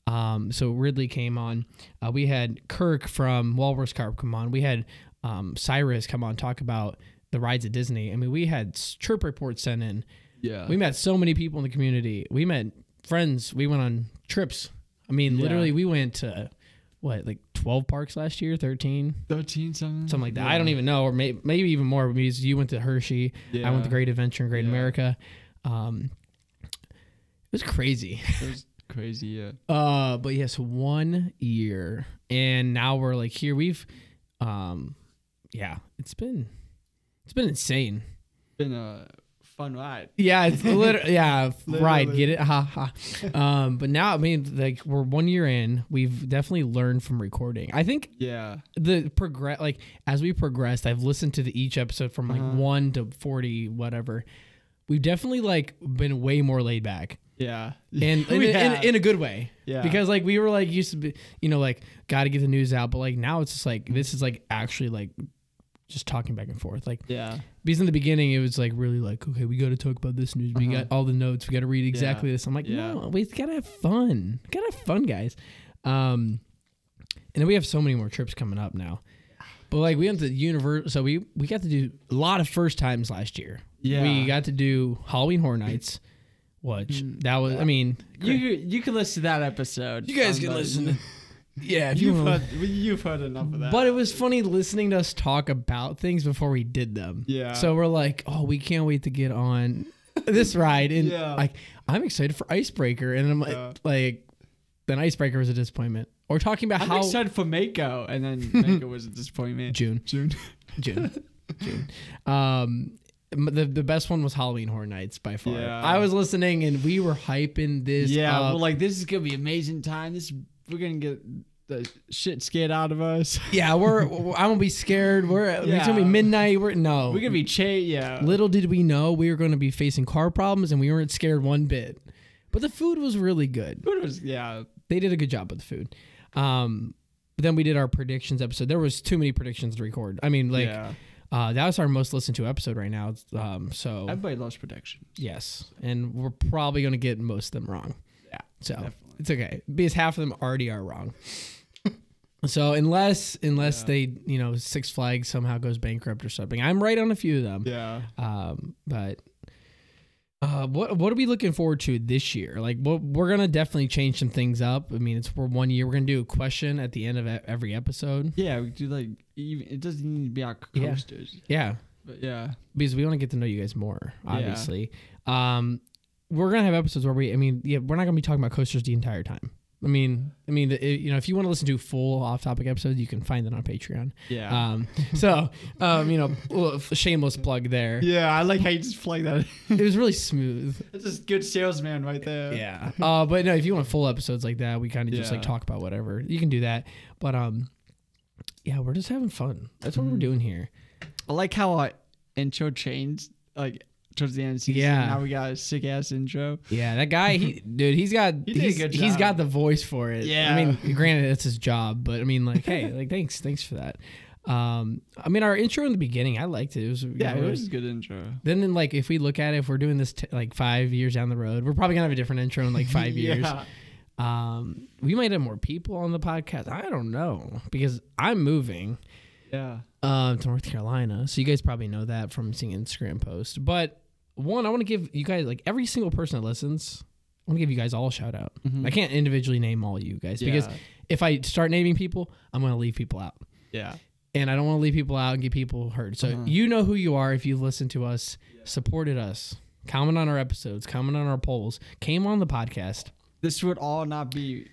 S5: Um, so Ridley came on. Uh, we had Kirk from Walrus Carp come on. We had um, Cyrus come on talk about the rides at Disney. I mean, we had s- trip reports sent in.
S3: Yeah.
S5: we met so many people in the community. We met friends. We went on trips. I mean,
S3: Yeah.
S5: literally, we went to what like twelve parks last year, thirteen.
S3: 13 something.
S5: Something like that. I
S3: Yeah.
S5: don't even know, or maybe, maybe even more. Because you went to Hershey, I went
S3: Yeah.
S5: to Great Adventure and Great America. Um, it was crazy.
S3: It was crazy. Yeah.
S5: Uh, but yes, one year, and now we're like here. We've, um, yeah, it's been, it's been insane.
S3: Been a fun ride.
S5: Yeah, it's literally yeah, right.
S3: Literally.
S5: Get it? Ha ha. Um, but now I mean, like we're one year in, we've definitely learned from recording. I think
S3: Yeah.
S5: the progress, like as we progressed, I've listened to the, each episode from like
S3: Uh-huh.
S5: one to forty, whatever. We've definitely like been way more laid back.
S3: Yeah. Oh,
S5: and in,
S3: We
S5: in,
S3: have.
S5: in a good way.
S3: Yeah.
S5: Because like we were like used to be, you know, like got to get the news out, but like now it's just like this is like actually like just talking back and forth. Like
S3: Yeah.
S5: Because in the beginning it was like really like okay, we got to talk about this news. We
S3: Uh-huh.
S5: got all the notes. We got to read exactly
S3: Yeah.
S5: this. I'm like
S3: Yeah.
S5: no, we gotta have fun. Gotta have fun, guys. Um, and then we have so many more trips coming up now. But like we went to universe, so we we got to do a lot of first times last year.
S3: Yeah. Mm.
S5: we got to do Halloween Horror Nights, which that was. I mean,
S3: You you can listen to that episode.
S5: You guys
S3: on
S5: can
S3: the-
S5: listen to- yeah, if you
S3: you've
S5: wanna-
S3: heard you've heard enough of that.
S5: But it was funny listening to us talk about things before we did them.
S3: Yeah.
S5: So we're like, oh, we can't wait to get on this ride, and
S3: Yeah.
S5: like I'm excited for Icebreaker, and I'm like, like, then Icebreaker was a disappointment. Or talking about
S3: I'm
S5: how
S3: excited for Mako, and then Mako was a disappointment.
S5: June.
S3: June.
S5: June. June. Um, m- the the best one was Halloween Horror Nights by far.
S3: Yeah.
S5: I was listening and we were hyping this.
S3: yeah,
S5: up.
S3: well, like this is gonna be amazing time. This we're gonna get the shit scared out of us.
S5: yeah, we're, we're- I'm gonna be scared. We're it's gonna
S3: Yeah.
S5: be midnight. We're no,
S3: We're gonna be chased. Yeah,
S5: Little did we know we were gonna be facing car problems and we weren't scared one bit. But the food was really good.
S3: Food was yeah.
S5: They did a good job with the food. Um, but then we did our predictions episode. There was too many predictions to record. I mean, like.
S3: Yeah.
S5: Uh, that was our most listened to episode right now. It's, Um, so
S3: everybody loves predictions.
S5: Yes, and we're probably going to get most of them wrong. Yeah, so it's okay because half of them already are wrong. so unless unless they you know Six Flags somehow goes bankrupt or something, I'm right on a few of them.
S3: Yeah.
S5: Um, but uh, what what are we looking forward to this year? Like, what we're gonna definitely change some things up. I mean, it's for one year. We're gonna do a question at the end of e- every episode.
S3: Yeah, we do like even it doesn't need to be our
S5: Yeah.
S3: coasters.
S5: Yeah.
S3: But yeah.
S5: because we want to get to know you guys more
S3: Yeah.
S5: obviously um we're gonna have episodes where we i mean yeah we're not gonna be talking about coasters the entire time i mean i mean the, you know if you want to listen to full off-topic episodes you can find it on patreon
S3: Yeah.
S5: um so um you know little shameless plug there
S3: Yeah, I like how you just plug that.
S5: it was really smooth
S3: That's a good salesman right there.
S5: yeah uh but no if you want full episodes like that we kind of just like
S3: Yeah.
S5: talk about whatever you can do that but um yeah we're just having fun that's what we're doing here
S3: I like how our intro changed like towards the end of the season.
S5: Yeah.
S3: Now we got a sick ass intro.
S5: Yeah, that guy, he, dude, he's got
S3: He did a
S5: he's,
S3: good
S5: he's
S3: job.
S5: got the voice for it.
S3: Yeah.
S5: I mean, granted, that's his job, but I mean, like, hey, like, thanks, thanks for that. Um, I mean, our intro in the beginning, I liked it. It was you
S3: Yeah,
S5: know,
S3: it was a good intro.
S5: Then, then, like, if we look at it, if we're doing this t- like five years down the road, we're probably gonna have a different intro in like five years.
S3: Yeah.
S5: Um, we might have more people on the podcast. I don't know because I'm moving
S3: Yeah.
S5: um, to North Carolina. So you guys probably know that from seeing Instagram posts. But one, I want to give you guys like every single person that listens. I want to give you guys all a shout out.
S3: Mhm.
S5: I can't individually name all you guys because
S3: Yeah.
S5: if I start naming people, I'm going to leave people out,
S3: Yeah.
S5: and I don't want to leave people out and get people hurt. So
S3: Uh-huh.
S5: you know who you are if you've listened to us, supported us, comment on our episodes, comment on our polls, came on the podcast.
S3: This would all not be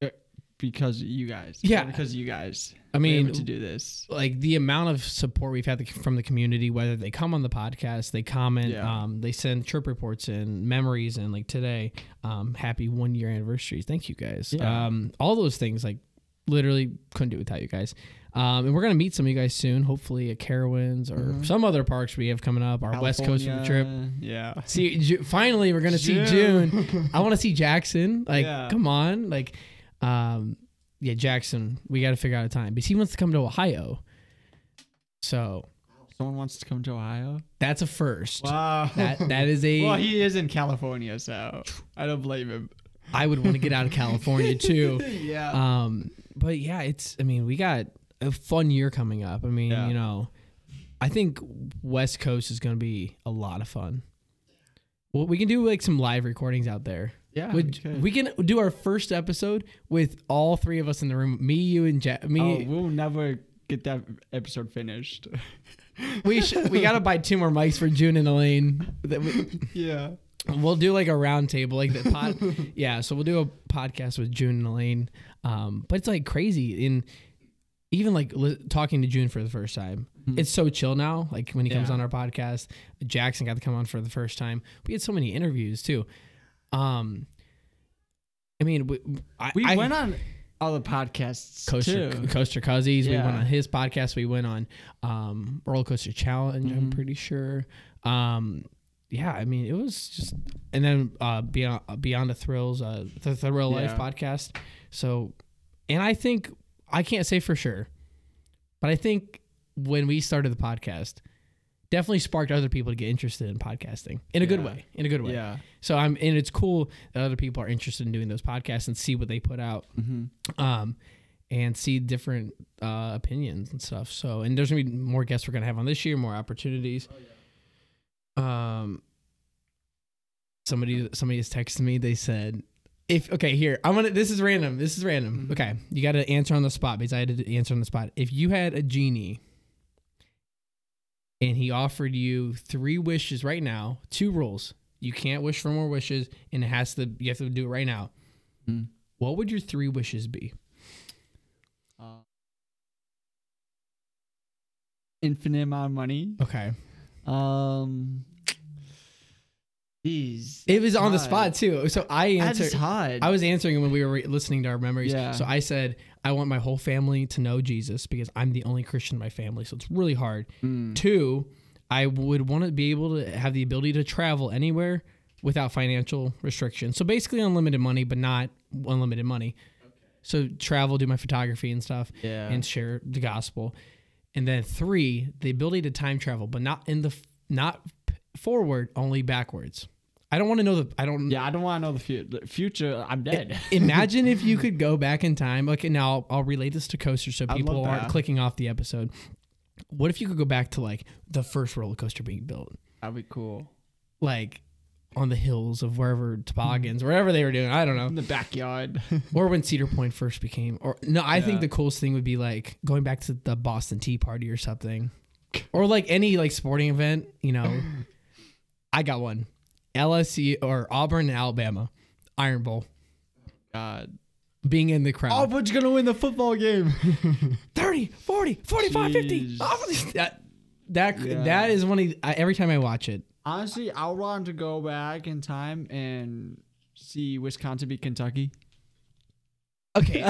S3: uh, because of you guys. It's all
S5: Yeah.
S3: Because of you guys.
S5: I
S3: We're
S5: mean,
S3: able to do this.
S5: like the amount of support we've had the, from the community, whether they come on the podcast, they comment,
S3: Yeah.
S5: um, they send trip reports and memories, and like today, um, happy one year anniversary. Thank you guys.
S3: Yeah.
S5: Um, all those things, like literally couldn't do it without you guys. Um, and we're gonna meet some of you guys soon, hopefully at Carowinds or
S3: Mhm.
S5: some other parks we have coming up. Our West Coast
S3: California,
S5: trip.
S3: Yeah.
S5: See, Ju- finally, we're gonna see
S3: June.
S5: June. I want to see Jackson. Like,
S3: Yeah.
S5: come on, like, um, yeah, Jackson. We got to figure out a time because he wants to come to Ohio. So
S3: Someone wants to come to Ohio.
S5: that's a first.
S3: Wow.
S5: That that is a.
S3: Well,
S5: I
S3: he is in California, so I don't blame him. Uh,
S5: would want to get out of California too.
S3: Yeah.
S5: Um, but yeah, it's. I mean, we got a fun year coming up. I mean,
S3: Yeah.
S5: you know, I think West Coast is gonna be a lot of fun. Well, we can do like some live recordings out there.
S3: Yeah, we
S5: Would,
S3: could.
S5: we, can do our first episode with all three of us in the room. Me, you, and Jack.
S3: Oh,
S5: Me.
S3: we'll never get that episode finished.
S5: we sh- we gotta buy two more mics for June and Elaine. That we-
S3: yeah.
S5: We'll do like a round table, like the pod. yeah, so we'll do a podcast with June and Elaine. Um, but it's like crazy. In even like li- talking to June for the first time,
S3: Hmm.
S5: it's so chill now. Like when he comes
S4: Yeah.
S5: on our podcast, Jackson got to come on for the first time. We had so many interviews too. Um, I mean, we, I,
S3: We
S5: I-
S3: went on other podcasts
S5: Coaster
S3: too.
S5: Coaster Cuzzies. We
S3: Yeah.
S5: went on his podcast. We went on um, Roller Coaster Challenge.
S3: Mm-hmm.
S5: I'm pretty sure. Um, yeah, I mean, it was just, and then uh, beyond Beyond the Thrills, uh, the Thrill Life
S3: Yeah.
S5: podcast. So, and I think I can't say for sure, but I think when we started the podcast, definitely sparked other people to get interested in podcasting in a good
S3: Yeah.
S5: way. In a good way.
S3: Yeah.
S5: So I'm, and it's cool that other people are interested in doing those podcasts and see what they put out,
S3: Mhm.
S5: um, and see different uh, opinions and stuff. So, and there's gonna be more guests we're gonna have on this year, more opportunities. Um, somebody somebody has texted me. They said, "If okay, here I'm gonna. This is random. This is random. Okay, you got to answer on the spot because I had to answer on the spot. If you had a genie." and he offered you three wishes right now. Two rules: you can't wish for more wishes, and it has to you have to do it right now. What would your three wishes be?
S3: Uh, infinite amount of money.
S5: Okay.
S3: Um. Jeez.
S5: It was on the
S3: God.
S5: spot too. So I
S3: That's
S5: answered.
S3: hard.
S5: I was answering when we were re- listening to our memories.
S3: Yeah.
S5: So I said, I want my whole family to know Jesus because I'm the only Christian in my family. So it's really hard.
S3: Mm.
S5: Two, I would want to be able to have the ability to travel anywhere without financial restrictions. So basically unlimited money, but not unlimited money. So travel, do my photography and stuff,
S3: Yeah.
S5: and share the gospel. And then three, the ability to time travel, but not in the f- not p- forward, only backwards. I don't want to know the. I don't.
S3: Yeah, I don't want to know the future. Future, I'm dead.
S5: Imagine if you could go back in time. Okay, now I'll, I'll relate this to coaster so
S3: I'd
S5: people
S3: love
S5: aren't
S3: that.
S5: clicking off the episode. What if you could go back to like the first roller coaster being built,
S3: That'd be cool.
S5: like on the hills of wherever toboggans, wherever they were doing? I don't know. In
S3: the backyard.
S5: or when Cedar Point first became. Or no, I think
S3: Yeah.
S5: the coolest thing would be like going back to the Boston Tea Party or something, or like any like sporting event. You know, I got one. LSU or Auburn, and Alabama, Iron Bowl.
S3: God.
S5: Being in the crowd.
S3: Auburn's gonna win the football game.
S5: 30, 40, 45, 50. Oh, that that,
S3: Yeah.
S5: that is one of the, I, every time I watch it.
S3: Honestly, I want to go back in time and see Wisconsin beat Kentucky.
S5: Okay.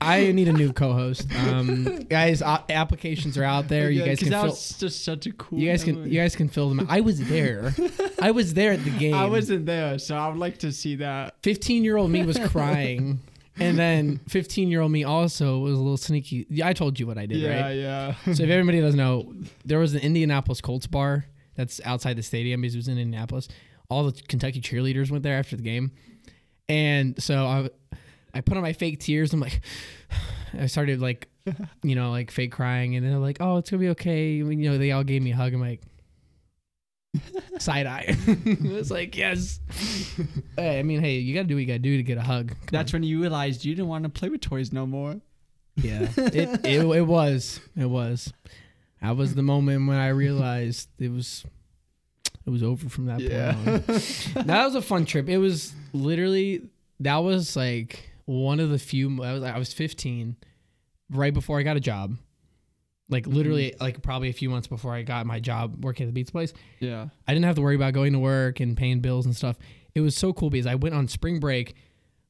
S5: I need a new co-host. Um, guys, a- applications are out there. You
S3: Yeah,
S5: guys
S3: 'cause
S5: can
S3: that
S5: fill,
S3: was just such a cool.
S5: you guys can
S3: memory.
S5: you guys can fill them out. I was there. I was there at the game.
S3: I wasn't there, so I would like to see that.
S5: 15 year old me was crying. And then 15 year old me also was a little sneaky. Yeah, I told you what I did,
S3: Yeah,
S5: right?
S3: yeah.
S5: so if everybody doesn't know, there was an Indianapolis Colts bar that's outside the stadium because it was in Indianapolis. All the Kentucky cheerleaders went there after the game. And so I, I put on my fake tears. I'm like, I started like, you know, like fake crying. And then they're like, oh, it's going to be okay. I mean, you know, they all gave me a hug. I'm like, side eye. it was like, yes. hey, I mean, hey, you got to do what you got to do to get a hug.
S3: That's when you realized you didn't want to play with toys no more.
S5: Yeah, it, it it was it was. That was the moment when I realized it was it was over from that
S3: Yeah.
S5: point on. that was a fun trip. It was literally that was like one of the few. I was I was 15, right before I got a job. Like literally, like probably a few months before I got my job working at the Beats Place.
S3: Yeah.
S5: I didn't have to worry about going to work and paying bills and stuff. It was so cool because I went on spring break,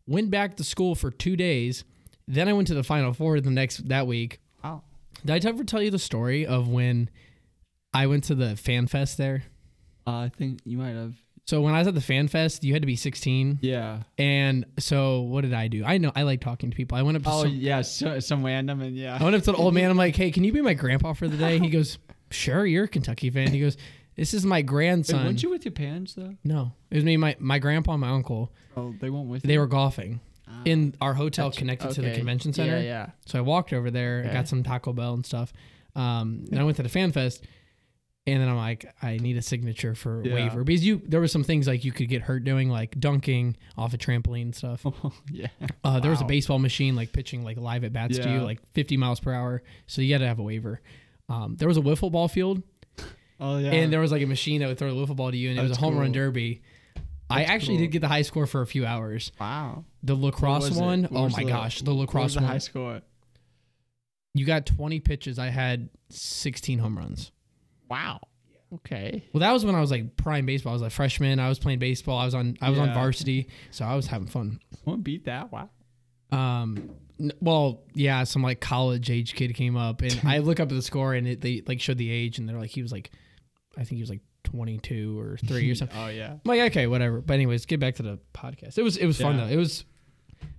S5: went back to school for two days, then I went to the Final Four the next that week.
S3: Wow.
S5: Did I ever tell you the story of when I went to the fan fest there?
S3: Uh, I think you might have.
S5: So when I was at the fan fest, you had to be 16.
S3: Yeah.
S5: And so what did I do? I know I like talking to people. I went up to
S3: Oh
S5: some,
S3: yeah, so, some random and yeah.
S5: I went up to an old man. I'm like, hey, can you be my grandpa for the day? He goes, sure, you're a Kentucky fan. He goes, this is my
S3: Wait,
S5: grandson.
S3: weren't you with your parents though?
S5: No, it was me, my my grandpa, and my uncle.
S3: Oh, they weren't with
S5: They
S3: you?
S5: were golfing in our hotel
S3: Ah, Gotcha.
S5: connected to the
S3: Okay.
S5: convention
S3: Yeah,
S5: center.
S3: yeah.
S5: So I walked over there,
S3: Okay.
S5: got some Taco Bell and stuff. Um, and I went to the fan fest, and then I'm like, I need a signature for
S3: Yeah.
S5: waiver because you there were some things like you could get hurt doing, like dunking off a trampoline and stuff.
S3: yeah.
S5: Uh, there was a
S3: Oh, Wow.
S5: baseball machine like pitching like live at bats to you
S3: Yeah.
S5: like 50 miles per hour, so you got to have a waiver. Um, there was a wiffle ball field.
S3: Oh yeah.
S5: And there was like a machine that would throw the wiffle ball to you, and it was
S3: That's
S5: a home run
S3: cool.
S5: derby. I
S3: That's
S5: actually
S3: cool.
S5: did get the high score for a few hours.
S3: Wow.
S5: The
S3: What
S5: lacrosse
S3: was it?
S5: one,
S3: What
S5: oh
S3: was
S5: my gosh, the
S3: what was
S5: lacrosse
S3: the high
S5: one.
S3: score.
S5: You got 20 pitches. I had 16 home runs.
S3: Wow. Okay.
S5: Well, that was when I was like prime baseball. I was a freshman. I was playing baseball. I was on I was on
S3: Yeah.
S5: varsity, so I was having fun.
S3: Won't beat that. Wow.
S5: Um, n- well, yeah, some like college age kid came up, and I look up at the score, and it, they like showed the age, and they're like, he was like, I think he was like twenty two or three or something.
S3: Oh, yeah.
S5: I'm like okay, whatever. But anyways, get back to the podcast. It was it was fun
S3: Yeah.
S5: though. It was,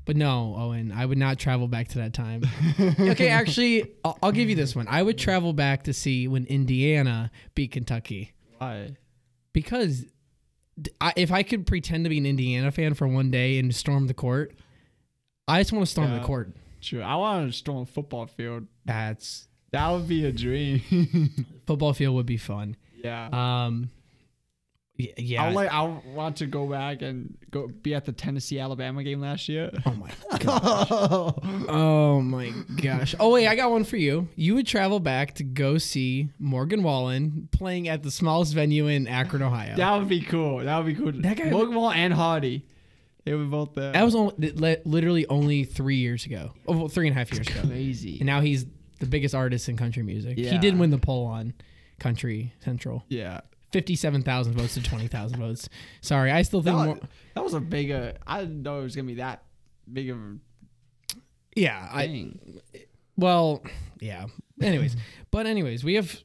S5: but no, Owen, I would not travel back to that time. okay, actually, I'll, I'll give you this one. I would travel back to see when Indiana beat Kentucky.
S3: Why?
S5: Because d- I, if I could pretend to be an Indiana fan for one day and storm the court, I just want to storm
S3: Yeah.
S5: the court.
S3: True. I want to storm a football field.
S5: That's
S3: that would be a dream.
S5: Football field would be fun.
S3: Yeah.
S5: Um. y- Yeah.
S3: I like. I want to go back and go be at the Tennessee Alabama game last year.
S5: Oh my oh my gosh. Oh wait, I got one for you. You would travel back to go see Morgan Wallen playing at the smallest venue in Akron, Ohio.
S3: That would be cool. That would be cool. That
S5: guy-
S3: and Hardy, they were both there.
S5: That was only, li- literally only three years ago. Oh, well, three and a half years ago.
S3: Crazy.
S5: And now he's the biggest artist in country music. He
S3: Yeah.
S5: did win the poll on Country Central.
S3: Yeah.
S5: 57,000 votes to 20,000 votes. Sorry, I still
S3: That
S5: think
S3: was,
S5: more.
S3: that was a bigger. I didn't know it was gonna be that big of. a
S5: Yeah,
S3: Dang.
S5: I. Well, yeah. Anyways, but anyways, we have,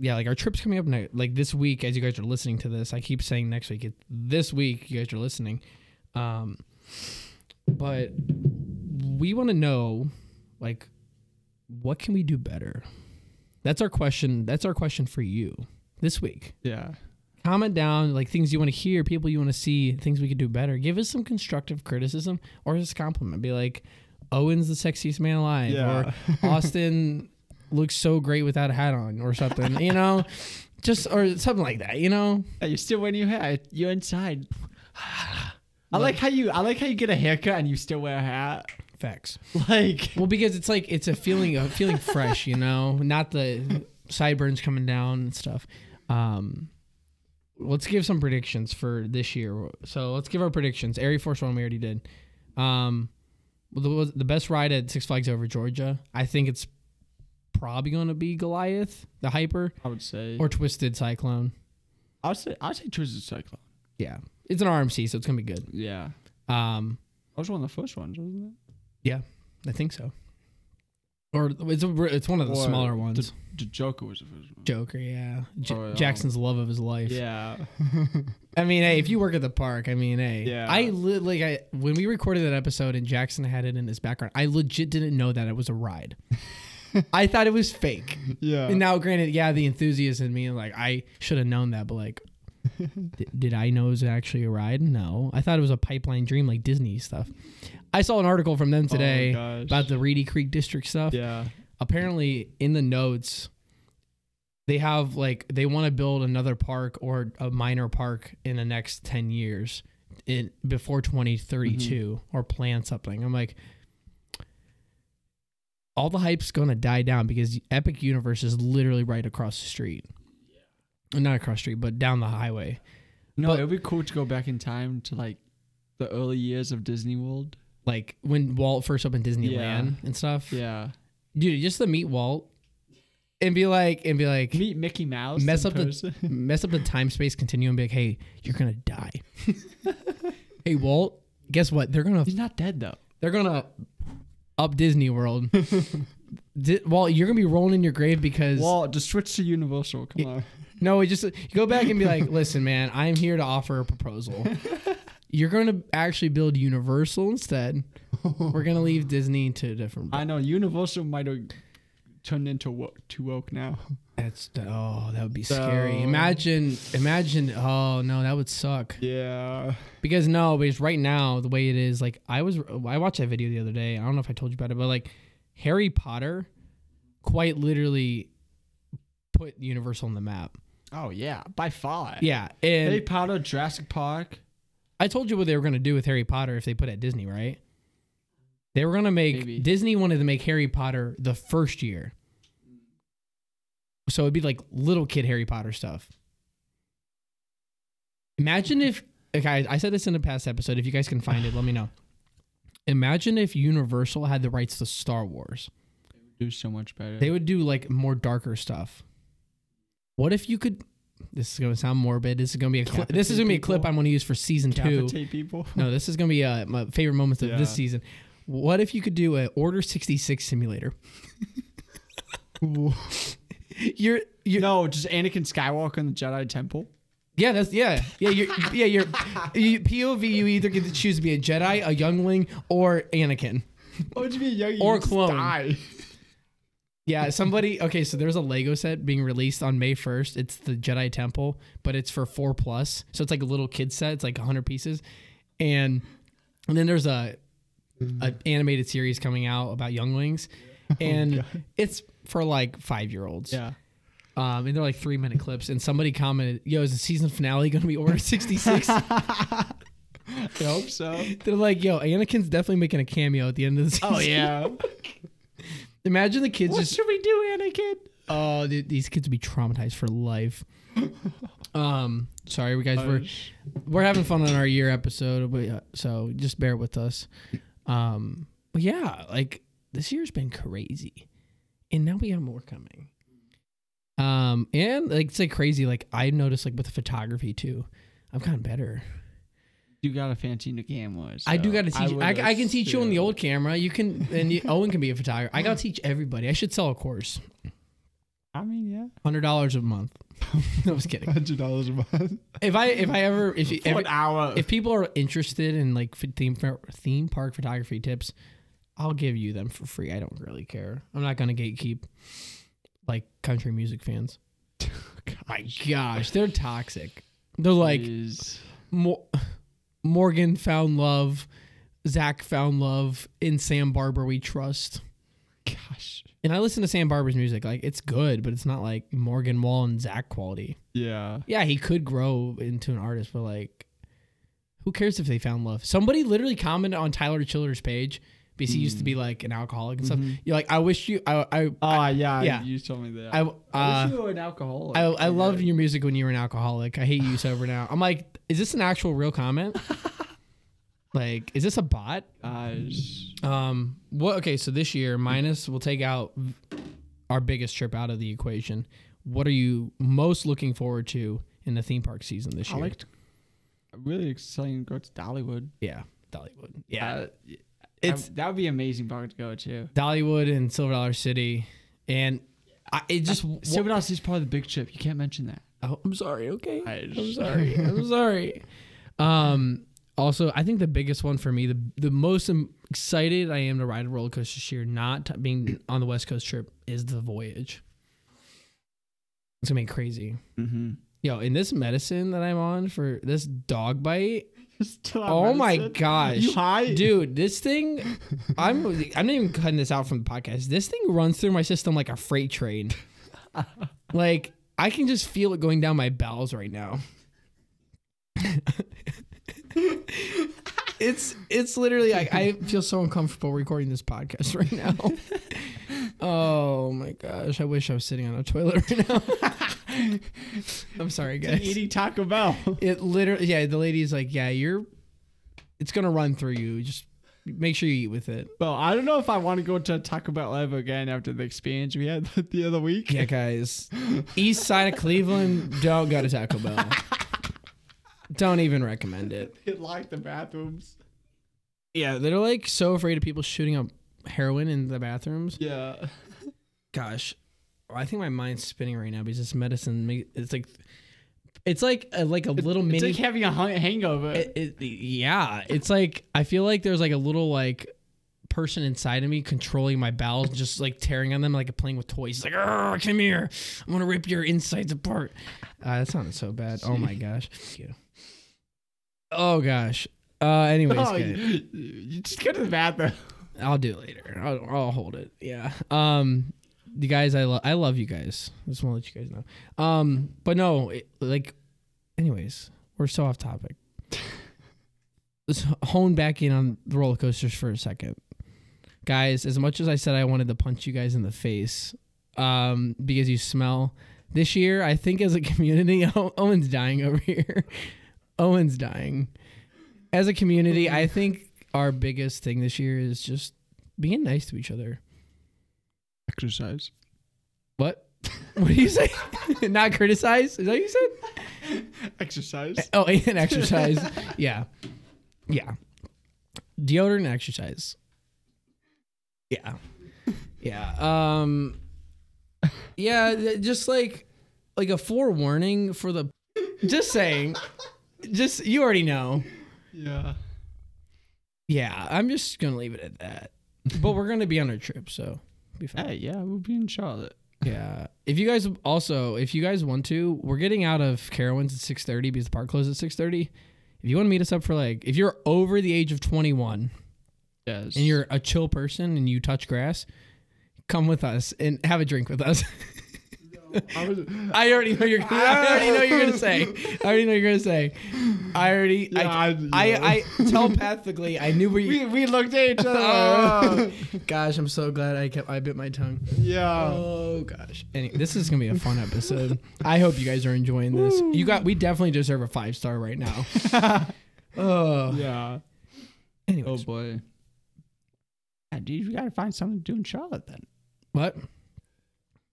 S5: yeah, like our trip's coming up next, like this week. As you guys are listening to this, I keep saying next week. It, this week, you guys are listening, um, but we want to know, like, what can we do better? That's our question. That's our question for you this week.
S3: Yeah.
S5: Comment down like things you want to hear, people you want to see, things we could do better. Give us some constructive criticism or just compliment. Be like, Owen's the sexiest man alive,
S3: Yeah.
S5: or Austin looks so great without a hat on, or something. You know, just or something like that. You know,
S3: Hey, you're still wearing your hat. You're inside. I like how you. I like how you get a haircut and you still wear a hat.
S5: facts.
S3: Like,
S5: well, because it's like it's a feeling of feeling fresh. You know, not the sideburns coming down and stuff. Um, let's give some predictions for this year. So let's give our predictions. Air Force One we already did. Um, well, the, was- the best ride at Six Flags over Georgia. I think it's probably going to be Goliath, the Hyper,
S3: I would say.
S5: or Twisted Cyclone.
S3: I'll say. I'll say Twisted Cyclone.
S5: Yeah, it's an RMC, so it's gonna be good.
S3: Yeah.
S5: Um,
S3: That was one of the first ones, wasn't
S5: yeah, I think so. Or it's a, it's one
S3: it?
S5: of the
S3: Or
S5: smaller ones.
S3: The, the Joker was the first one.
S5: Joker, yeah. J-
S3: Oh, yeah.
S5: Jackson's love of his life.
S3: Yeah.
S5: I mean, hey, if you work at the park, I mean, hey.
S3: Yeah.
S5: I li- like I when we recorded that episode and Jackson had it in his background, I legit didn't know that it was a ride. I thought it was fake.
S3: Yeah.
S5: And now, granted, yeah, the enthusiast in me, like I should have known that, but like, d- did I know it was actually a ride? No, I thought it was a pipeline dream, like Disney stuff. I saw an article from them today
S3: Oh gosh.
S5: about the Reedy Creek District stuff.
S3: Yeah.
S5: Apparently, in the notes, they have like they want to build another park or a minor park in the next 10 years in before
S3: Mm-hmm.
S5: 2032 or plan something i'm like all the hype's gonna die down because epic universe is literally right across the street not across the street but down the highway
S3: No, it would be cool to go back in time to like the early years of Disney World.
S5: like when walt first opened disneyland and stuff
S3: Yeah.
S5: dude just to meet walt and be like and be like
S3: Meet Mickey Mouse.
S5: mess
S3: in
S5: up the
S3: person.
S5: mess up the time space continuum. Be like, hey, you're gonna die. hey Walt, guess what? They're gonna. He's
S3: not dead though.
S5: They're gonna up Disney World. Di- Walt, you're gonna be rolling in your grave because
S3: Walt, just switch to Universal. Come on.
S5: no, it just go back and be like, listen, man, I'm here to offer a proposal. You're gonna actually build Universal instead. We're gonna leave Disney to a different.
S3: I know Universal might have turned into woke, too woke now.
S5: That's oh, that would be scary. Imagine, imagine. Oh no, that would suck.
S3: Yeah.
S5: Because no, because right now the way it is, like I was, I watched that video the other day. I don't know if I told you about it, but like Harry Potter, quite literally, put Universal on the map.
S3: Oh yeah, by far.
S5: Yeah, and
S3: Harry Potter, Jurassic Park.
S5: I told you what they were gonna do with Harry Potter if they put it at Disney, right? They were gonna make Disney wanted to make Harry Potter the first year, so it'd be like little kid Harry Potter stuff. Imagine if okay, I said this in a past episode. If you guys can find it, let me know. Imagine if Universal had the rights to Star Wars.
S3: do so much better.
S5: They would do like more darker stuff. What if you could? This is gonna sound morbid. This is gonna be a cli- this is gonna be a clip I'm gonna use for season two.
S3: Capitate people.
S5: No, this is gonna be uh, my favorite moments of this
S3: Yeah.
S5: season. What if you could do a Order 66 simulator? you're you
S3: no, just Anakin Skywalker in the Jedi Temple.
S5: Yeah, that's yeah, yeah. You're yeah, you're you, POV. You either get to choose to be a Jedi, a youngling, or Anakin.
S3: Why would you be a young
S5: or clone. yeah, somebody. Okay, so there's a Lego set being released on May 1st. It's the Jedi Temple, but it's for four plus. So it's like a little kid set. It's like 100 pieces, and and then there's a an animated series coming out about younglings, and it's for like five year olds. Yeah. Um, and they're like three minute clips, and somebody commented, "Yo, is the season finale going to be Order 66?"
S3: I hope so.
S5: They're like, yo, Anakin's definitely making a cameo at the end of the season.
S3: Oh, yeah.
S5: Imagine the kids
S3: What
S5: just
S3: should we do, Anakin?
S5: Oh, dude, these kids would be traumatized for life. um, sorry, we guys
S3: Oh,
S5: we're we're having fun on our year episode, but, uh, so just bear with us. Um, but yeah, like this year's been crazy, and now we got more coming. Um, and like it's like crazy. Like I noticed, like with the photography too, I've gotten better.
S3: You got a fancy new camera.
S5: I do
S3: so
S5: got to teach. I,
S3: would
S5: I, can teach you on the old camera. You can, and you, Owen can be a photographer. I got to teach everybody. I should sell a course.
S3: I mean, yeah.
S5: Hundred dollars a month. I was kidding.
S3: Hundred dollars a month.
S5: If I if I ever if you-
S3: For
S5: every-
S3: an hour.
S5: if people are interested in like ph- theme par- theme park photography tips, I'll give you them for free. I don't really care. I'm not gonna gatekeep like country music fans. My gosh, they're toxic. They're like Mo- Morgan found love, Zach found love in Sam Barber. We trust. Gosh. And I listen to Sam Barber's music. Like it's good, but it's not like Morgan Wall and Zach quality.
S3: Yeah.
S5: Yeah, he could grow into an artist, but like, who cares if they found love? Somebody literally commented on Tyler Childers' page because he used
S3: Mm.
S5: to be like an alcoholic and stuff.
S3: Mhm.
S5: You're like, I wish you. I. I
S3: Ah, yeah,
S5: Yeah.
S3: You told me that.
S5: I,
S3: I
S5: uh,
S3: wish you were an alcoholic.
S5: I, I loved your music when you were an alcoholic. I hate you sober now. I'm like, is this an actual real comment? like, is this a bot? Um. What? Okay. So this year, minus we'll take out our biggest trip out of the equation. What are you most looking forward to in the theme park season this
S3: I
S5: year?
S3: liked. I'm really excited to go to Dollywood.
S5: Yeah, Dollywood. Yeah.
S3: Uh,
S5: It's-
S3: it's that would be an amazing park to go to.
S5: Dollywood and Silver Dollar City, and I, it just
S3: Silver Dollar City's probably the big trip. You can't mention that.
S5: Oh, I'm sorry. Okay, I'm sorry. I'm sorry. Um. Also, I think the biggest one for me, the the most im- excited I am to ride a roller coaster this year, not t- being on the West Coast trip, is the voyage. It's gonna be crazy.
S3: Mm-hmm.
S5: Yo, in this medicine that I'm on for this dog bite.
S3: Still on
S5: Oh my
S3: medicine?
S5: gosh.
S3: You high?
S5: Dude, this thing I'm I'm not even cutting this out from the podcast. This thing runs through my system like a freight train. like I can just feel it going down my bowels right now. it's it's literally like I feel so uncomfortable recording this podcast right now. oh my gosh, I wish I was sitting on a toilet right now. I'm sorry, guys.
S3: Eating Taco Bell.
S5: It literally, yeah. The lady's like, yeah, you're. It's gonna run through you. Just make sure you eat with it.
S3: Well, I don't know if I want to go to Taco Bell ever again after the experience we had the other week.
S5: Yeah, guys. East side of Cleveland, don't go to Taco Bell. don't even recommend it.
S3: They locked the bathrooms.
S5: Yeah, they're like so afraid of people shooting up heroin in the bathrooms.
S3: Yeah.
S5: Gosh, I think my mind's spinning right now because this medicine. ma- It's like, it's like a, like a little
S3: It's
S5: mini.
S3: like having a hung- hangover.
S5: It- it- yeah, it's like I feel like there's like a little like person inside of me controlling my bowels, just like tearing on them, like playing with toys. It's like, "Arr, come here, I'm gonna rip your insides apart. Uh, that sounded so bad. Oh my gosh. Thank you. Oh gosh. Uh, anyways,
S3: No,
S5: guys.
S3: Oh, you, you just go to the bathroom.
S5: I'll do it later. I'll, I'll hold it. Yeah. Um, you guys, I love, I love you guys. Just want to let you guys know. Um, but no, it, like, anyways, we're so off topic. Let's hone back in on the roller coasters for a second, guys. As much as I said I wanted to punch you guys in the face, um, because you smell this year, I think as a community, Owen's dying over here. Owen's dying as a community, I think our biggest thing this year is just being nice to each other. criticize. What? What do you say? Not criticize? Is that what you said?
S3: Exercise.
S5: Oh, and exercise. yeah. Yeah. Deodorant and exercise. Yeah. Yeah. Um Yeah, th- just like like a forewarning for the just saying. Just you already know.
S3: Yeah.
S5: Yeah, I'm just gonna leave it at that. But we're gonna be on a trip, so be fine.
S3: Hey, yeah, we'll be in Charlotte.
S5: Yeah. If you guys also, if you guys want to, we're getting out of Carowinds at six thirty because the park closes at six thirty. If you want to meet us up for like, if you're over the age of twenty one,
S3: yes,
S5: and you're a chill person and you touch grass, come with us and have a drink with us.
S3: I was,
S5: I already know you're. I already know you're gonna say. I already know you're gonna say. I already. I, I, I, telepathically I knew where you.
S3: we, we looked at each other.
S5: gosh, I'm so glad I kept. I bit my tongue.
S3: yeah.
S5: Oh gosh. Anyway, this is gonna be a fun episode. I hope you guys are enjoying this. You got. We definitely deserve a five star right now. oh.
S3: yeah.
S5: Anyways.
S3: Oh boy. Yeah, dude, we gotta find something to do in Charlotte then.
S5: What?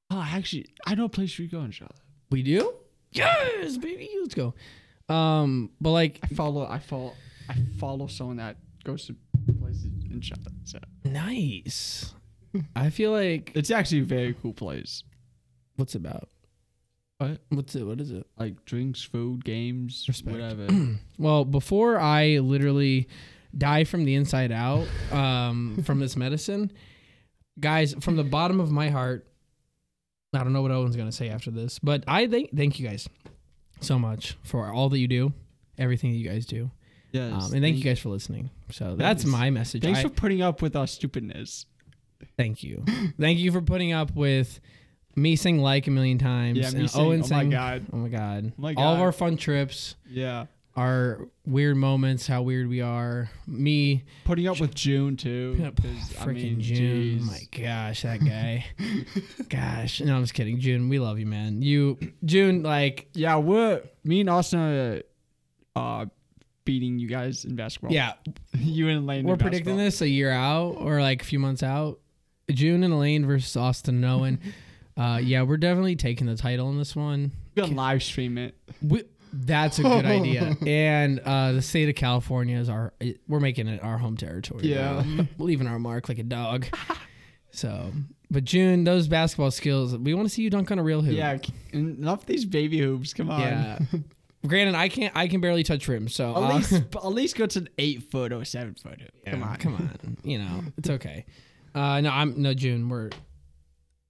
S3: Oh, actually, I know a place we go in Charlotte.
S5: We do? Yes, baby. Let's go. Um, but like,
S3: I follow. I follow. I follow someone that goes to places in Charlotte. So
S5: nice. I feel like
S3: it's actually a very cool place.
S5: what's it about?
S3: What?
S5: What's it? What is it?
S3: Like drinks, food, games,
S5: Respect.
S3: whatever.
S5: Well, before I literally die from the inside out um, from this medicine, guys, from the bottom of my heart, I don't know what Owen's gonna say after this, but I thank thank you guys so much for all that you do, everything that you guys do,
S3: Yes.
S5: um, and thank you guys for listening. So that's
S3: Thanks.
S5: my message.
S3: Thanks
S5: I-
S3: for putting up with our stupidness.
S5: Thank you. Thank you for putting up with me saying like a million times.
S3: Yeah, me
S5: and
S3: saying,
S5: Owen
S3: "Oh my
S5: saying,
S3: God."
S5: Oh my god.
S3: My
S5: All of
S3: God.
S5: our fun trips,
S3: Yeah.
S5: our weird moments, how weird we are. Me
S3: Putting up with June too. 'cause, I
S5: freaking
S3: mean,
S5: June.
S3: jeez.
S5: oh My gosh, that guy. gosh. No, I'm just kidding. June, we love you, man. You June, like
S3: Yeah, we're me and Austin are uh, beating you guys in basketball.
S5: yeah.
S3: you and Lane.
S5: We're predicting this a year out or like a few months out. June and Elaine versus Austin and Owen. uh, yeah, we're definitely taking the title in this one.
S3: We're gonna live stream it.
S5: We, that's a good idea. And uh, the state of California is our. We're making it our home territory.
S3: Yeah.
S5: now. leaving our mark like a dog. So, but June, those basketball skills. We want to see you dunk on a real hoop.
S3: Yeah, c- enough these baby hoops. Come on.
S5: Yeah. Granted, I can't. I can barely touch rim. So
S3: At
S5: uh,
S3: least, at least go to an eight foot or seven foot. hoop. Come on,
S5: come on. You know, it's okay. Uh, no, I'm no June. We're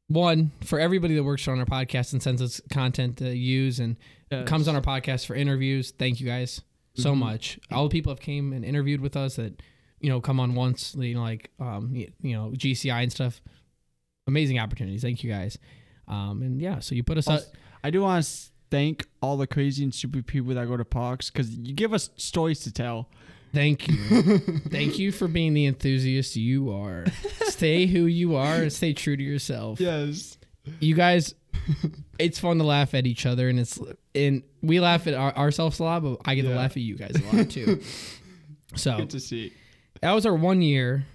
S5: one for everybody that works on our podcast and sends us content to use and
S3: Yes.
S5: comes on our podcast for interviews. Thank you guys so
S3: Mhm.
S5: much. All the people have came and interviewed with us that you know come on once. You know, like um, y- you know GCI and stuff. Amazing opportunities. Thank you guys. Um, and yeah, so you put us up.
S3: Also, I do want to thank all the crazy and stupid people that go to parks because you give us stories to tell.
S5: Thank you. Thank you for being the enthusiast you are. Stay who you are and stay true to yourself.
S3: Yes.
S5: You guys, it's fun to laugh at each other, and it's and we laugh at our, ourselves a lot, but I get to
S3: Yeah.
S5: laugh at you guys a lot too. so
S3: Good to see.
S5: that was our one year.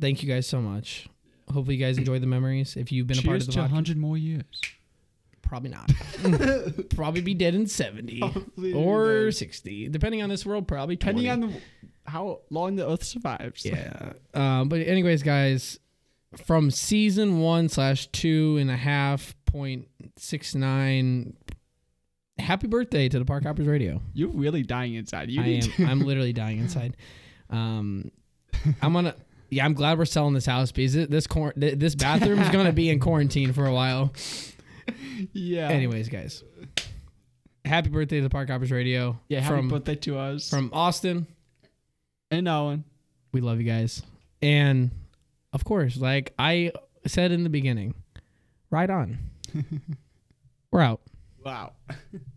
S5: Thank you guys so much. Hopefully, you guys enjoy the memories. If you've been a part
S3: Cheers
S5: of the
S3: to 100
S5: podcast,
S3: more years.
S5: probably not. probably be dead in seventy
S3: Probably
S5: or
S3: dead.
S5: sixty, depending on this world. Probably 20.
S3: Depending on the, how long the Earth survives.
S5: Yeah. Um, but anyways, guys, from season one slash two and a half point six nine. Happy birthday to the Park Hoppers Radio.
S3: You're really dying inside. You
S5: I
S3: need
S5: am.
S3: to.
S5: I'm literally dying inside. Um, I'm gonna. Yeah, I'm glad we're selling this house because it- this cor- th- this bathroom is gonna be in quarantine for a while.
S3: yeah.
S5: Anyways, guys, happy birthday to the Park Hoppers Radio.
S3: Yeah, happy
S5: from
S3: birthday to us.
S5: from Austin.
S3: and Owen.
S5: We love you guys. And of course, like I said in the beginning, right on. We're out.
S3: Wow.